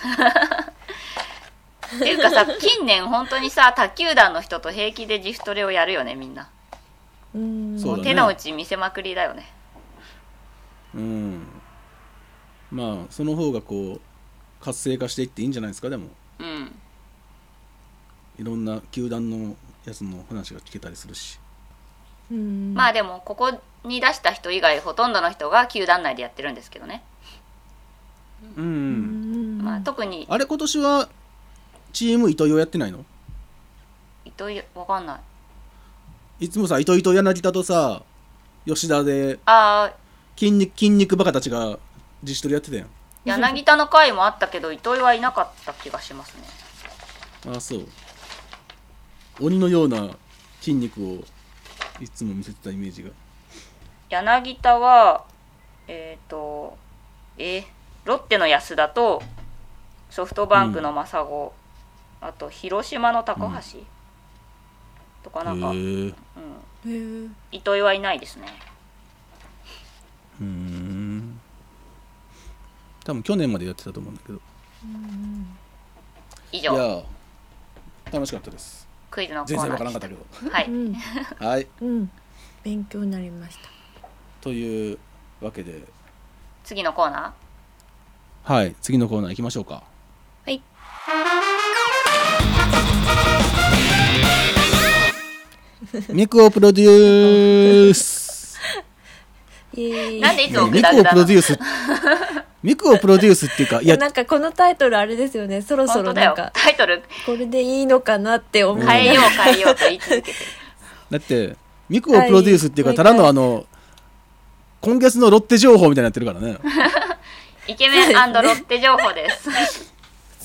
[SPEAKER 3] っていうかさ、近年本当にさ、他球団の人と平気で自主トレをやるよね、みんな。
[SPEAKER 5] うん。
[SPEAKER 4] そうだね
[SPEAKER 3] 手の内見せまくりだよね。
[SPEAKER 4] うん。まあその方がこう活性化していっていいんじゃないですかでも
[SPEAKER 3] うん。
[SPEAKER 4] いろんな球団のやつの話が聞けたりするし。
[SPEAKER 5] うん。
[SPEAKER 3] まあでも、ここに出した人以外、ほとんどの人が球団内でやってるんですけどね。
[SPEAKER 4] うん。
[SPEAKER 5] うん。
[SPEAKER 3] まあ特に
[SPEAKER 4] あれ今年はチーム糸井をやってないの？
[SPEAKER 3] 糸井わかんない
[SPEAKER 4] いつもさ糸井と柳田とさ吉田で
[SPEAKER 3] ああ
[SPEAKER 4] 筋肉筋肉バカたちが自主トレやってたやん。
[SPEAKER 3] 柳田の回もあったけど糸井はいなかった気がしますね
[SPEAKER 4] ああそう鬼のような筋肉をいつも見せてたイメージが
[SPEAKER 3] 柳田はえっ、とえーロッテの安田とソフトバンクの正吾、あと広島の高橋、とかなんか、うん、
[SPEAKER 4] へえ
[SPEAKER 5] へー、
[SPEAKER 3] 糸井はいないですね
[SPEAKER 4] うん多分去年までやってたと思うんだけど
[SPEAKER 3] 以
[SPEAKER 4] いや
[SPEAKER 3] 上
[SPEAKER 4] ー楽しかったです
[SPEAKER 3] クイズのコー
[SPEAKER 4] 全
[SPEAKER 3] ナ
[SPEAKER 4] 然わ
[SPEAKER 3] ー
[SPEAKER 4] か
[SPEAKER 3] で
[SPEAKER 4] ら
[SPEAKER 3] し
[SPEAKER 4] んか
[SPEAKER 3] た
[SPEAKER 4] ったけど
[SPEAKER 3] はいう
[SPEAKER 5] ん。
[SPEAKER 4] はい
[SPEAKER 5] うん。勉強になりました。
[SPEAKER 4] というわけで
[SPEAKER 3] 次のコーナ
[SPEAKER 4] はい次のコーナー行きましょうか
[SPEAKER 5] はい。
[SPEAKER 4] ミクをプロデュース
[SPEAKER 5] イエー
[SPEAKER 3] ー
[SPEAKER 5] イ
[SPEAKER 3] なんでいつもグ
[SPEAKER 4] ミ
[SPEAKER 3] ダ
[SPEAKER 4] ク
[SPEAKER 3] グ
[SPEAKER 4] を
[SPEAKER 3] ダ
[SPEAKER 4] プ
[SPEAKER 3] なの
[SPEAKER 4] ロデュ
[SPEAKER 5] <laughs>
[SPEAKER 4] ースミクをプロデュースっていうかいや
[SPEAKER 5] なんかこのタイトルあれですよね。そろそ
[SPEAKER 3] 本
[SPEAKER 5] ろ
[SPEAKER 3] 当だ
[SPEAKER 5] なん
[SPEAKER 3] よ
[SPEAKER 5] か
[SPEAKER 3] タイトル
[SPEAKER 5] これでいいのかなって思う。
[SPEAKER 3] 変えよう変えようと言い続
[SPEAKER 5] <laughs>
[SPEAKER 3] けてる
[SPEAKER 4] だってミクをプロデュースっていうか、
[SPEAKER 5] はい
[SPEAKER 4] ただのあの今月のロッテ情報みたいになってるからね、
[SPEAKER 3] イケメンロッテ情報です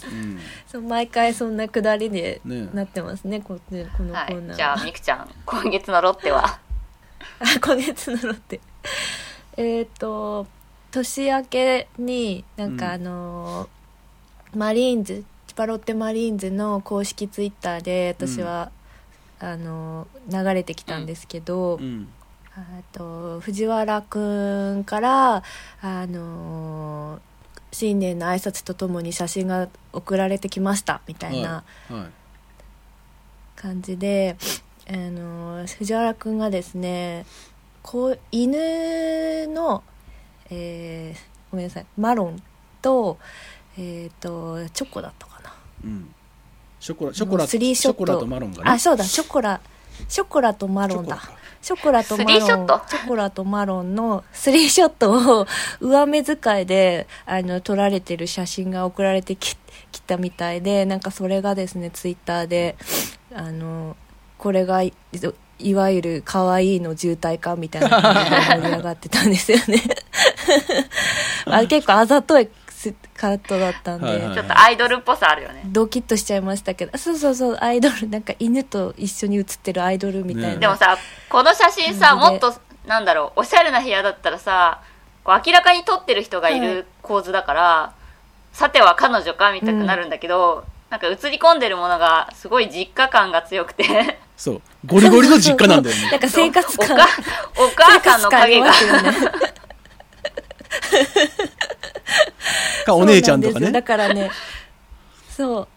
[SPEAKER 4] うん、
[SPEAKER 5] <laughs> そう毎回そんなくだりで
[SPEAKER 4] ね
[SPEAKER 5] なってますね。こねこのコ
[SPEAKER 3] は
[SPEAKER 5] ーナー。
[SPEAKER 3] い、じゃあみく
[SPEAKER 5] <laughs>
[SPEAKER 3] ちゃん今月のロッテは
[SPEAKER 5] あ <laughs> 今月なのってえっと年明けになん
[SPEAKER 4] うん
[SPEAKER 5] かあのーマリーンズ千葉ロッテマリーンズの公式ツイッターで私は、あのー流れてきたんですけど、
[SPEAKER 4] うん
[SPEAKER 5] あと藤原くんからあのー新年の挨拶とともに写真が送られてきましたみたいな。
[SPEAKER 4] は
[SPEAKER 5] 感じで、あの藤原くんがですねこう犬の、えーごめんなさいマロンと,、えー、とチョコだったかな、
[SPEAKER 4] い、うん、ショコラショコラ
[SPEAKER 5] スリーショット
[SPEAKER 4] ショコラとマロンがね
[SPEAKER 5] あそうだショコラショコラとマロンだ
[SPEAKER 4] ショコラ
[SPEAKER 5] シ
[SPEAKER 4] か
[SPEAKER 5] ョコラとマロン
[SPEAKER 3] スリーショット
[SPEAKER 5] チョコラとマロンのスリーショットを上目遣いであの撮られてる写真が送られてききたみたいでなんかそれがですねツイッターであのこれがいいわゆる可愛いの渋滞化みたいな
[SPEAKER 4] <laughs>
[SPEAKER 5] 感じで盛り上がってたんですよねあ結構あざといカットだったんで、
[SPEAKER 4] はいはい
[SPEAKER 3] ちょっとアイドルっぽさあるよね。
[SPEAKER 5] ドキッとしちゃいましたけどそうそうそうアイドルなんか犬と一緒に写ってるアイドルみたいな、
[SPEAKER 4] ね
[SPEAKER 3] でもさ、この写真さ、
[SPEAKER 5] 感じで
[SPEAKER 3] もっと、なんだろう、おしゃれな部屋だったらさ、こう明らかに撮ってる人がい
[SPEAKER 5] は
[SPEAKER 3] る構図だから、さては彼女かみたくなるんだけど、なんか映り込んでるものがすごい実家感が強くて、
[SPEAKER 4] そうゴリゴリの実家なんだよね
[SPEAKER 5] なんか <laughs> 生活
[SPEAKER 3] お
[SPEAKER 5] 感
[SPEAKER 3] かお母さんの影が、
[SPEAKER 5] 生活感ありますよね
[SPEAKER 4] かお姉ちゃんとか
[SPEAKER 5] そうなですよ
[SPEAKER 4] ね
[SPEAKER 5] だからねそう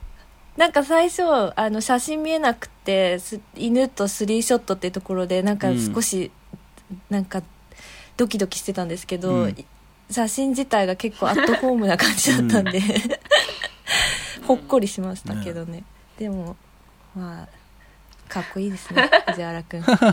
[SPEAKER 5] なんか最初あの写真見えなくてす犬とスリーショットっていうところでなんか
[SPEAKER 4] うん
[SPEAKER 5] 少し、なんかドキドキしてたんですけど、
[SPEAKER 4] うん
[SPEAKER 5] い写真自体が結構アットホームな感じだったんで、 <laughs> ほっこりしましたけどね、でもまあかっこいいです
[SPEAKER 4] <laughs>
[SPEAKER 5] ね藤原くんそう
[SPEAKER 4] こ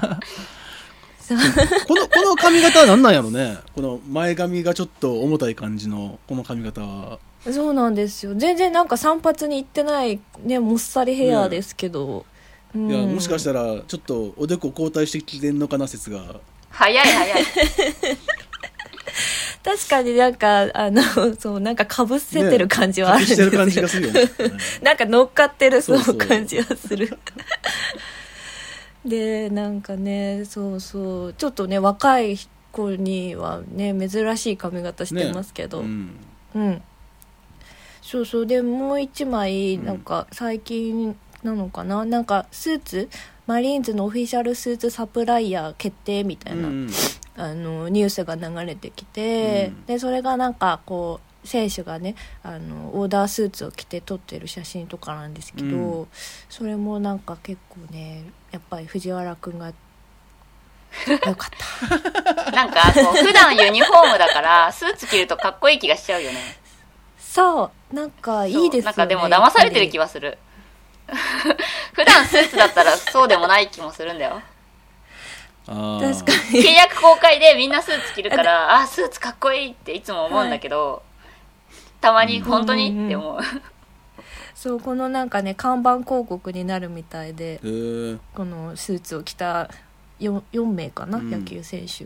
[SPEAKER 4] のこの髪型は何なんやろねこの前髪がちょっと重たい感じのこの髪型は
[SPEAKER 5] そうなんですよ全然なんか散髪に行ってないねもっさりヘアですけど、うん
[SPEAKER 4] いやもしかしたらちょっとおでこ交代してきてんのかな説が
[SPEAKER 3] <laughs> 早い早い。
[SPEAKER 5] 確かになんかあのそうなんかかぶせてる感じはあるん
[SPEAKER 4] 隠
[SPEAKER 5] です
[SPEAKER 4] して
[SPEAKER 5] よ、
[SPEAKER 4] る感じがする
[SPEAKER 5] <laughs>
[SPEAKER 4] よね
[SPEAKER 5] なんか乗っかってるそう
[SPEAKER 4] そうそう
[SPEAKER 5] 感じはするでなんかねそうそうちょっとね若い子にはね珍しい髪型してますけど、
[SPEAKER 4] うん
[SPEAKER 5] うん、そうそうでもう一枚
[SPEAKER 4] うん
[SPEAKER 5] なんか最近なのかな、なんかスーツマリーンズのオフィシャルスーツサプライヤー決定みた
[SPEAKER 4] う
[SPEAKER 5] いな、
[SPEAKER 4] ん
[SPEAKER 5] あのニュースが流れてきて、
[SPEAKER 4] うん
[SPEAKER 5] でそれがなんかこう選手がねあのオーダースーツを着て撮ってる写真とかなんですけど、
[SPEAKER 4] う
[SPEAKER 5] それもなんか結構ねやっぱり藤原君がよかった
[SPEAKER 3] なんかこう、普段ユニフォームだから、スーツ着るとかっこいい気がしちゃうよね。
[SPEAKER 5] そうなんかいいですよね
[SPEAKER 3] なんかでも騙されてる気はする。 <laughs> 普段スーツだったらそうでもない気もするんだよ。
[SPEAKER 4] あー
[SPEAKER 5] 確かに
[SPEAKER 3] 契約公開でみんなスーツ着る
[SPEAKER 5] <laughs>
[SPEAKER 3] から、あ、スーツかっこいいっていつも思うんだけど、たまに本当にって思う。
[SPEAKER 5] そうこのなんかね看板広告になるみたいで
[SPEAKER 4] えー
[SPEAKER 5] このスーツを着た 4, 4名かな、
[SPEAKER 4] うん
[SPEAKER 5] 野球選手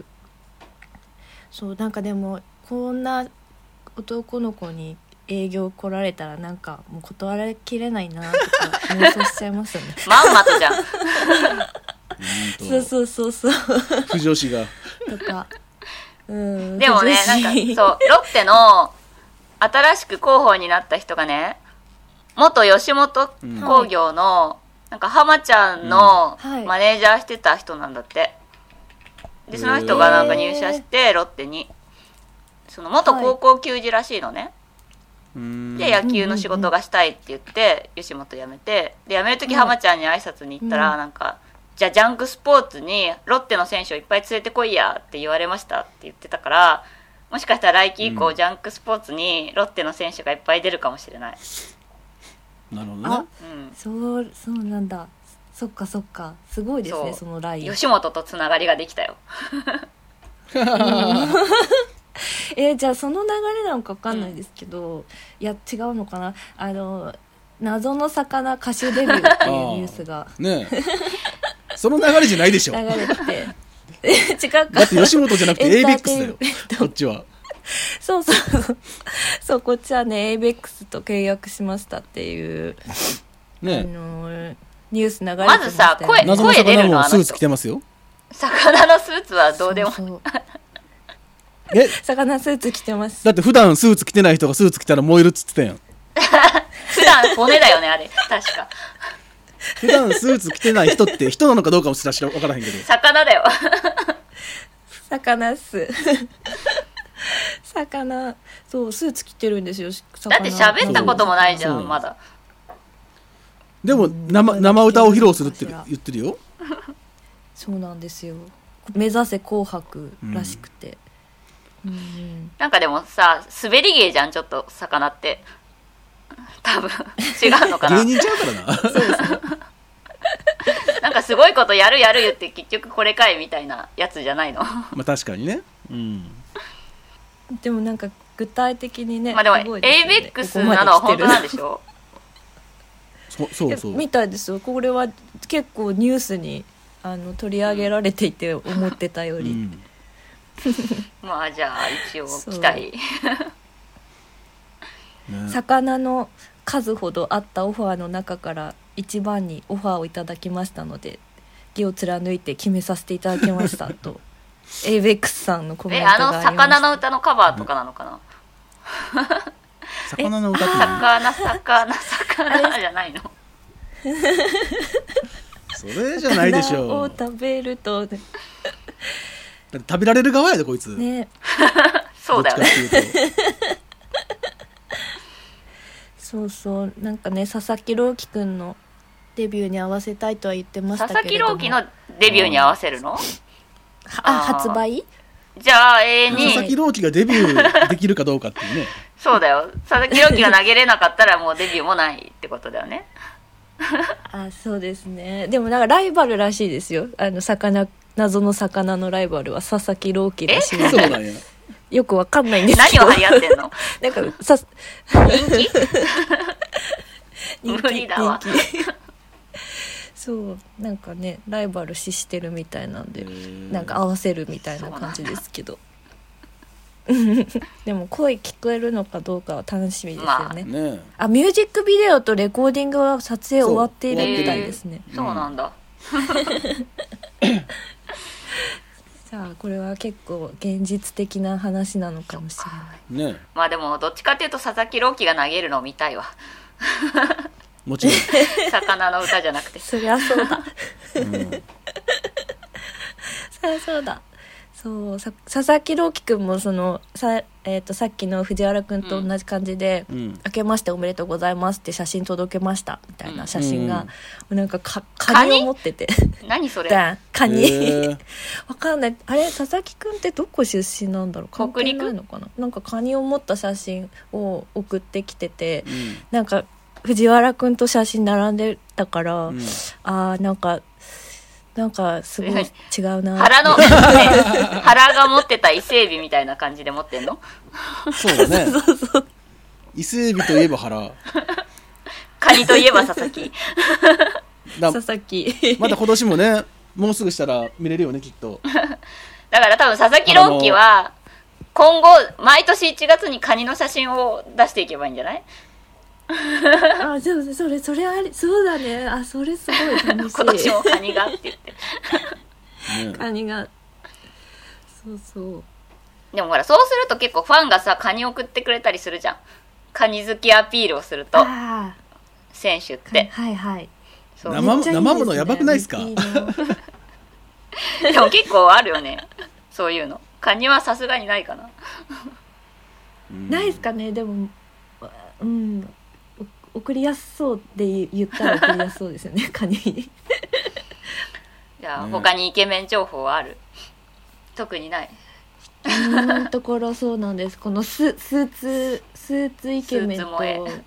[SPEAKER 5] そうなんかでもこんな男の子に営業来られたらなんかもう断られきれないなとか妄想しちゃいますよね
[SPEAKER 3] まん
[SPEAKER 5] <laughs>
[SPEAKER 3] まとじゃん。
[SPEAKER 5] そうそうそうそう
[SPEAKER 4] 不女子が
[SPEAKER 5] とかうん
[SPEAKER 3] でもね、なんか、
[SPEAKER 5] 嬉しい
[SPEAKER 3] そう、ロッテの新しく広報になった人がね、元吉本興業の、なんか浜ちゃんの
[SPEAKER 5] うんはい
[SPEAKER 3] マネージャーしてた人なんだって。で、その人がなんか入社して、ロッテに。その元高校球児らしいのね。
[SPEAKER 4] うん
[SPEAKER 3] で、野球の仕事がしたいって言って、吉本辞めて、で、辞めるとき
[SPEAKER 5] はい
[SPEAKER 3] 浜ちゃんに挨拶に行った
[SPEAKER 5] う
[SPEAKER 3] ら、
[SPEAKER 5] ん
[SPEAKER 3] なんか、じゃあジャンクスポーツにロッテの選手をいっぱい連れてこいやって言われましたって言ってたから、もしかしたら来期以降、
[SPEAKER 4] うん
[SPEAKER 3] ジャンクスポーツにロッテの選手がいっぱい出るかもしれない。
[SPEAKER 4] なるほど
[SPEAKER 5] あ
[SPEAKER 4] ね
[SPEAKER 3] うん。
[SPEAKER 5] そうそうなんだそっかそっかすごいですね
[SPEAKER 3] そう
[SPEAKER 5] そのライン
[SPEAKER 3] 吉本とつながりができたよ。
[SPEAKER 5] えーじゃあその流れなんかわかんないですけど、いや違うのかなあの謎の魚歌手デビューっていうニュースが
[SPEAKER 4] ねえその流れじゃないでし
[SPEAKER 5] 流
[SPEAKER 4] ょだ
[SPEAKER 5] れ
[SPEAKER 3] <laughs>
[SPEAKER 5] てえ違うか
[SPEAKER 4] って吉本じゃなくて
[SPEAKER 5] エンター
[SPEAKER 4] ABEX
[SPEAKER 5] テイ
[SPEAKER 4] だ
[SPEAKER 5] ンメン
[SPEAKER 4] よこっちは
[SPEAKER 5] <laughs> そうそうそうそうこっちはね ABEX と契約しましたっていう、あ
[SPEAKER 4] ね
[SPEAKER 5] のーニュース流れてま
[SPEAKER 3] ま
[SPEAKER 5] した
[SPEAKER 3] ずさ
[SPEAKER 5] よ
[SPEAKER 4] え
[SPEAKER 3] 声
[SPEAKER 4] 謎の
[SPEAKER 3] 出
[SPEAKER 4] 魚
[SPEAKER 3] るの
[SPEAKER 4] も
[SPEAKER 3] あの
[SPEAKER 4] ス
[SPEAKER 3] 人
[SPEAKER 4] ーツ着てますよ
[SPEAKER 3] 魚のスーツはどうでも。
[SPEAKER 5] そそう
[SPEAKER 4] え
[SPEAKER 5] 魚スーツ着てます
[SPEAKER 4] だって普段スーツ着てない人がスーツ着たら燃えるっつってたやん
[SPEAKER 3] 普段骨だよね、あれ。確か。
[SPEAKER 4] 普段スーツ着てない人って人なのかどうかも知らしら分からへんけど
[SPEAKER 3] 魚だよ。
[SPEAKER 5] 魚ス <laughs> 魚そうスーツ着てるんですよ
[SPEAKER 3] だ
[SPEAKER 5] だ
[SPEAKER 3] って喋ったこともないじゃ
[SPEAKER 4] そうそ
[SPEAKER 3] ん、
[SPEAKER 4] う
[SPEAKER 3] まだ。
[SPEAKER 4] でも生生歌を披露するって言ってるよ
[SPEAKER 5] そうなんですよ目指せ紅白らしくて、うんうん
[SPEAKER 3] なんかでもさ、滑り芸じゃん、ちょっと魚って。
[SPEAKER 5] <laughs>
[SPEAKER 3] 多分違うのかな
[SPEAKER 4] 芸。人ちゃうからな
[SPEAKER 3] なんかすごいことやるやる言って結局これかいみたいなやつじゃないの。
[SPEAKER 4] <laughs> まあ確かにねうん
[SPEAKER 5] でもなんか具体的にね
[SPEAKER 3] まあでも、
[SPEAKER 5] すごいですよね
[SPEAKER 3] ABEX なのは本当なんでしょ
[SPEAKER 4] そそうそ
[SPEAKER 5] ここまで来てる
[SPEAKER 4] う
[SPEAKER 5] みたいですよこれは結構ニュースにあの取り上げられていて思ってたよ
[SPEAKER 4] う
[SPEAKER 5] り、
[SPEAKER 4] ん
[SPEAKER 3] まあじゃあ一応
[SPEAKER 5] そう
[SPEAKER 3] 期待。
[SPEAKER 4] ね
[SPEAKER 5] 魚の数ほどあったオファーの中から一番にオファーをいただきましたので義を貫いて決めさせていただきました
[SPEAKER 3] <laughs>
[SPEAKER 5] とエイベックスさんのコメン
[SPEAKER 3] え、
[SPEAKER 5] トがありま
[SPEAKER 3] あの、
[SPEAKER 5] した
[SPEAKER 3] 魚の歌のカバーとかなのかな
[SPEAKER 4] 魚の歌って何
[SPEAKER 3] 魚、魚、魚じゃないの
[SPEAKER 4] それじゃないでし
[SPEAKER 5] 魚
[SPEAKER 4] ょ
[SPEAKER 5] を
[SPEAKER 4] う
[SPEAKER 5] 食べると
[SPEAKER 4] だって食べられる側やでこいつ、
[SPEAKER 5] ね
[SPEAKER 3] そうだよ
[SPEAKER 4] どっ
[SPEAKER 3] ね。
[SPEAKER 4] ちかっていうと
[SPEAKER 5] そうそうなんかね佐々木朗希くんのデビューに合わせたいとは言ってました
[SPEAKER 3] 佐
[SPEAKER 5] けれども
[SPEAKER 3] 々木朗希のデビューに合わせるの
[SPEAKER 5] はあ
[SPEAKER 3] あー
[SPEAKER 5] 発売
[SPEAKER 3] じゃあ、永遠
[SPEAKER 5] うん
[SPEAKER 4] 佐
[SPEAKER 3] に
[SPEAKER 4] 々木朗希がデビューできるかどうかっていうね
[SPEAKER 3] そうだよ。佐々木朗希が投げれなかったらもうデビューもないってことだよね。
[SPEAKER 5] あそうですねでもなんかライバルらしいですよあの魚謎の魚のライバルは佐々木朗希らしいの
[SPEAKER 4] そう
[SPEAKER 5] で
[SPEAKER 4] なんや
[SPEAKER 5] よくわかんないんですけ
[SPEAKER 3] 何
[SPEAKER 5] ど
[SPEAKER 3] を張り合ってんの
[SPEAKER 5] <laughs> なんかさ <laughs>
[SPEAKER 3] 人気
[SPEAKER 5] 人
[SPEAKER 3] 無
[SPEAKER 5] 気
[SPEAKER 3] 理だわ
[SPEAKER 5] 人気そうなんかねライバル視してるみたいなんでなんか合わせるみたいな感じですけ
[SPEAKER 3] <laughs>
[SPEAKER 5] どでも声聞こえるのかどうかは楽しみですよね、
[SPEAKER 4] ね
[SPEAKER 5] あミュージックビデオとレコーディングは撮影終わっているみたいですね、
[SPEAKER 3] そうなんだ。
[SPEAKER 5] じゃあこれは結構現実的な話なのかもしれない
[SPEAKER 4] えね
[SPEAKER 3] まあでも、どっちかっていうと佐々木朗希が投げるのを
[SPEAKER 5] <laughs>
[SPEAKER 3] 見たいわ。
[SPEAKER 4] えもちろ
[SPEAKER 3] 魚の歌じゃなくて。
[SPEAKER 5] そりゃそうだ
[SPEAKER 4] ん、うん
[SPEAKER 5] そりゃそうだそうさ佐々木朗希くんもそのさ,、えー、とさっきの藤原くんと同じ感じで、
[SPEAKER 4] うん
[SPEAKER 5] 明けましておめでとうございますって写真届けましたみたいな写真
[SPEAKER 4] うん
[SPEAKER 5] が、もうなんかかカニを持ってて <laughs>
[SPEAKER 3] 何それ
[SPEAKER 5] ダンカニ、
[SPEAKER 4] へえ
[SPEAKER 5] わかんないあれ佐々木くんってどこ出身なんだろう関
[SPEAKER 3] 北
[SPEAKER 5] 係
[SPEAKER 3] 陸
[SPEAKER 5] ないのかななんかカニを持った写真を送ってきてて
[SPEAKER 4] うん
[SPEAKER 5] なんか藤原くんと写真並んでたから、
[SPEAKER 4] うん
[SPEAKER 5] あーなんかなんかすごい違うな
[SPEAKER 3] 腹の、ね、腹が持ってた伊勢海老みたいな感じで持ってんの
[SPEAKER 4] そうだね伊勢海老といえば腹
[SPEAKER 3] カニといえば佐々木。
[SPEAKER 4] だ
[SPEAKER 5] 佐々木
[SPEAKER 4] まだ今年もねもうすぐしたら見れるよねきっと
[SPEAKER 3] だから多分佐々木朗希は、今後、毎年1月にカニの写真を出していけばいいんじゃない
[SPEAKER 5] あでもそれそれありそうだねあそれすごい楽しい <laughs>
[SPEAKER 3] 今年もカニがって言って。
[SPEAKER 4] ね
[SPEAKER 5] カニがそうそう
[SPEAKER 3] でもほら、そうすると結構ファンがさ、カニ送ってくれたりするじゃん。カニ好きアピールをすると、
[SPEAKER 5] あ
[SPEAKER 3] 選手っ
[SPEAKER 5] ー
[SPEAKER 3] て。
[SPEAKER 5] はいはい
[SPEAKER 3] そう
[SPEAKER 4] 生
[SPEAKER 5] めっちゃいいですね
[SPEAKER 4] 生ものやばくないっすか
[SPEAKER 5] いいな
[SPEAKER 3] <laughs> でも結構あるよね。そういうの。カニはさすがにないかな。
[SPEAKER 4] うん
[SPEAKER 5] ないですかねでもうんお送りやすそうで言ったら送りやすそうですよ <laughs> ねカニ
[SPEAKER 3] じゃあ、
[SPEAKER 4] ね
[SPEAKER 3] 他にイケメン情報はある特にない。
[SPEAKER 5] 今のところそうなんですこのススーツスーツイケメン
[SPEAKER 3] スーツ
[SPEAKER 5] と
[SPEAKER 3] 萌え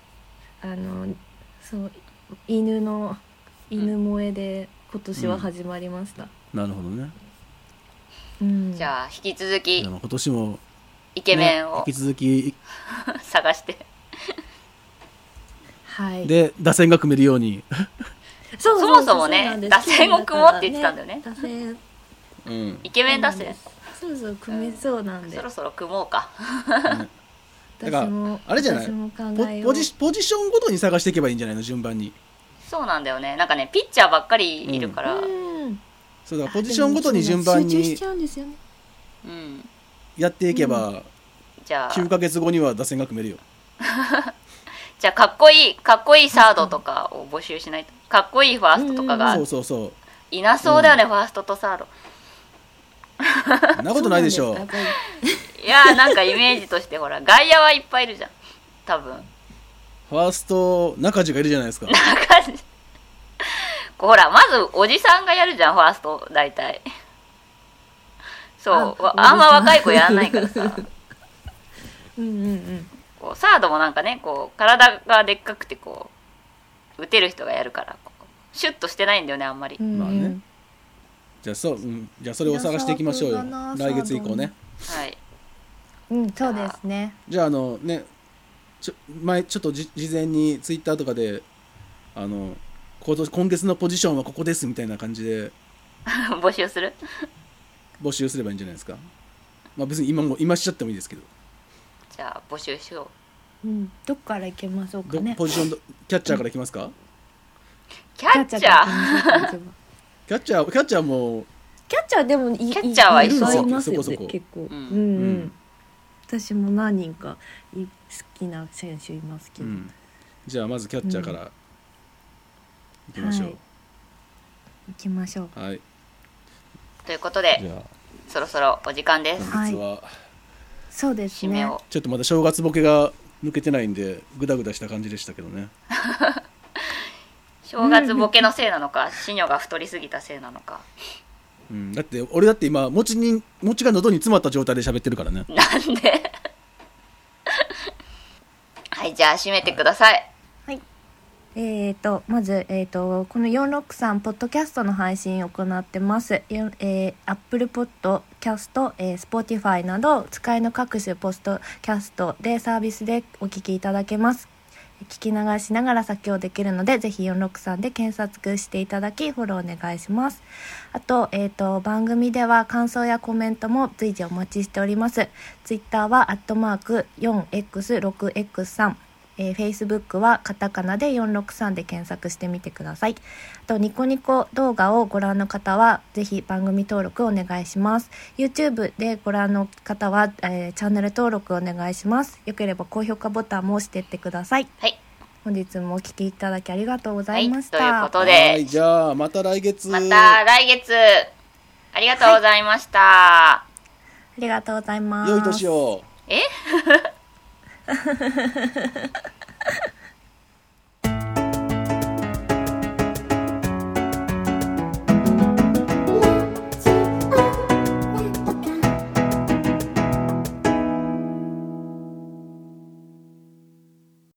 [SPEAKER 5] あのそう犬の犬萌えで今年は始まりました、
[SPEAKER 4] なるほどね
[SPEAKER 5] うん
[SPEAKER 3] じゃあ、引き続
[SPEAKER 4] い
[SPEAKER 3] き
[SPEAKER 4] や、今年も
[SPEAKER 3] イケメン
[SPEAKER 4] ね
[SPEAKER 3] を
[SPEAKER 4] 引き続き
[SPEAKER 3] <laughs> 探して。
[SPEAKER 5] はい
[SPEAKER 4] で打線が組めるように、
[SPEAKER 5] そう
[SPEAKER 3] そもそもね
[SPEAKER 5] そうなんです
[SPEAKER 3] 打線を組もうって言ってたんだよね
[SPEAKER 5] 打線
[SPEAKER 4] うん
[SPEAKER 3] イケメン出せ。
[SPEAKER 5] そうそう組めそうなんで
[SPEAKER 3] そろそろ組もうか。
[SPEAKER 4] だから
[SPEAKER 5] 私も
[SPEAKER 4] あれじゃない
[SPEAKER 5] 私も考
[SPEAKER 4] ポ
[SPEAKER 5] えよう
[SPEAKER 4] ポジポジションごとに探していけばいいんじゃないの順番に
[SPEAKER 3] そうなんだよね。なんかね、ピッチャーばっかりいるから。うん。
[SPEAKER 5] うん
[SPEAKER 4] そうだからポジションごとに順番
[SPEAKER 5] 集中し
[SPEAKER 4] に
[SPEAKER 5] ちゃうんですよね
[SPEAKER 4] やっていけば
[SPEAKER 3] じゃあ、
[SPEAKER 4] 9ヶ月後には打線が組めるよ
[SPEAKER 3] じゃあ、かっこいい、かっこいいサードとかを募集しないと。かっこいいファーストとかが
[SPEAKER 4] そうそうそ
[SPEAKER 3] いなそうだよね、ファーストとサード。
[SPEAKER 4] うそんなことないでしょ
[SPEAKER 5] そ
[SPEAKER 4] う
[SPEAKER 5] うなんすかやっぱ
[SPEAKER 3] いやーなんかイメージとしてほら外野はいっぱいいるじゃん多分
[SPEAKER 4] ファースト中地がいるじゃないですか
[SPEAKER 3] なんかほらまずおじさんがやるじゃんファースト大体そう
[SPEAKER 5] あ
[SPEAKER 3] わ
[SPEAKER 5] おじさん
[SPEAKER 3] あんま若い子やんないからさ
[SPEAKER 5] りうんうんうん
[SPEAKER 3] こうサードもなんかねこう体がでっかくてこう打てる人がやるからこうシュッとしてないんだよねあんまり、
[SPEAKER 5] うんうん
[SPEAKER 4] まあねじゃあそう、うん、じゃあそれを探していきましょうよ
[SPEAKER 5] いやサードだ
[SPEAKER 4] 来
[SPEAKER 5] な
[SPEAKER 4] 月以降ね
[SPEAKER 3] はい <laughs>
[SPEAKER 5] うんそうですね
[SPEAKER 4] じゃああのねちょ前ちょっとじ事前にツイッターとかであの今年今月のポジションはここですみたいな感じで
[SPEAKER 3] 募集する
[SPEAKER 4] 募集すればいいんじゃないですかまあ別に今も今しちゃってもいいですけど
[SPEAKER 3] じゃあ募集しよ
[SPEAKER 5] うん、どっから行けましょうか
[SPEAKER 4] ど
[SPEAKER 5] ね。
[SPEAKER 4] ポジションどキャッチャーからいきますか
[SPEAKER 3] キャッチャー
[SPEAKER 5] ー。
[SPEAKER 4] キャッチャーキャッチャーも
[SPEAKER 5] キャッチャーでもいキ
[SPEAKER 3] ャッチャーはいそう
[SPEAKER 5] いますよね
[SPEAKER 4] そこそこ
[SPEAKER 5] 結構。
[SPEAKER 3] う
[SPEAKER 5] うんんうん。
[SPEAKER 4] うん
[SPEAKER 5] 私も何人かい好きな選手いますけ
[SPEAKER 4] う
[SPEAKER 5] ど。
[SPEAKER 4] ん、じゃあまずキャッチャーからいきましょう、
[SPEAKER 5] 行きましょう。
[SPEAKER 4] はい
[SPEAKER 3] ということ
[SPEAKER 4] じ
[SPEAKER 3] で
[SPEAKER 4] ゃ
[SPEAKER 3] そろそろお時間で
[SPEAKER 4] あ
[SPEAKER 3] す
[SPEAKER 5] はい
[SPEAKER 4] 本日は、
[SPEAKER 5] そうです
[SPEAKER 3] 締め
[SPEAKER 5] ね。
[SPEAKER 3] を
[SPEAKER 4] ちょっとまだ正月ボケが抜けてないんでグダグダした感じでしたけどね
[SPEAKER 3] 正月ボケのせいなのかシニョが太りすぎたせいなのか
[SPEAKER 4] うん、だって俺だって今餅に餅が喉に詰まった状態で喋ってるからね
[SPEAKER 3] なんで <laughs> はいじゃあ締めてください
[SPEAKER 5] えー、とまず、えー、とこの463ポッドキャストの配信を行ってます、よえー、Apple ポッドキャスト、えー、Spotify など使いの各種ポッドキャストでサービスでお聞きいただけます聞き流しながら作業できるのでぜひ463で検索していただきフォローお願いしますあと,、えー、と番組では感想やコメントも随時お待ちしておりますツイッターはアットマーク 4x6x3 えー、Facebook はカタカナで463で検索してみてください。あと、ニコニコ動画をご覧の方は、ぜひ番組登録お願いします。YouTube でご覧の方は、えーチャンネル登録お願いします。よければ高評価ボタンも押してってください。
[SPEAKER 3] はい
[SPEAKER 5] 本日もお聞きいただきありがとうござ
[SPEAKER 3] はいい
[SPEAKER 5] ました。
[SPEAKER 3] ということ
[SPEAKER 4] は
[SPEAKER 3] で
[SPEAKER 4] いじゃあまた来月
[SPEAKER 3] また来月ありがとうございました、
[SPEAKER 5] ありがとうございます。
[SPEAKER 4] 良い年を
[SPEAKER 3] え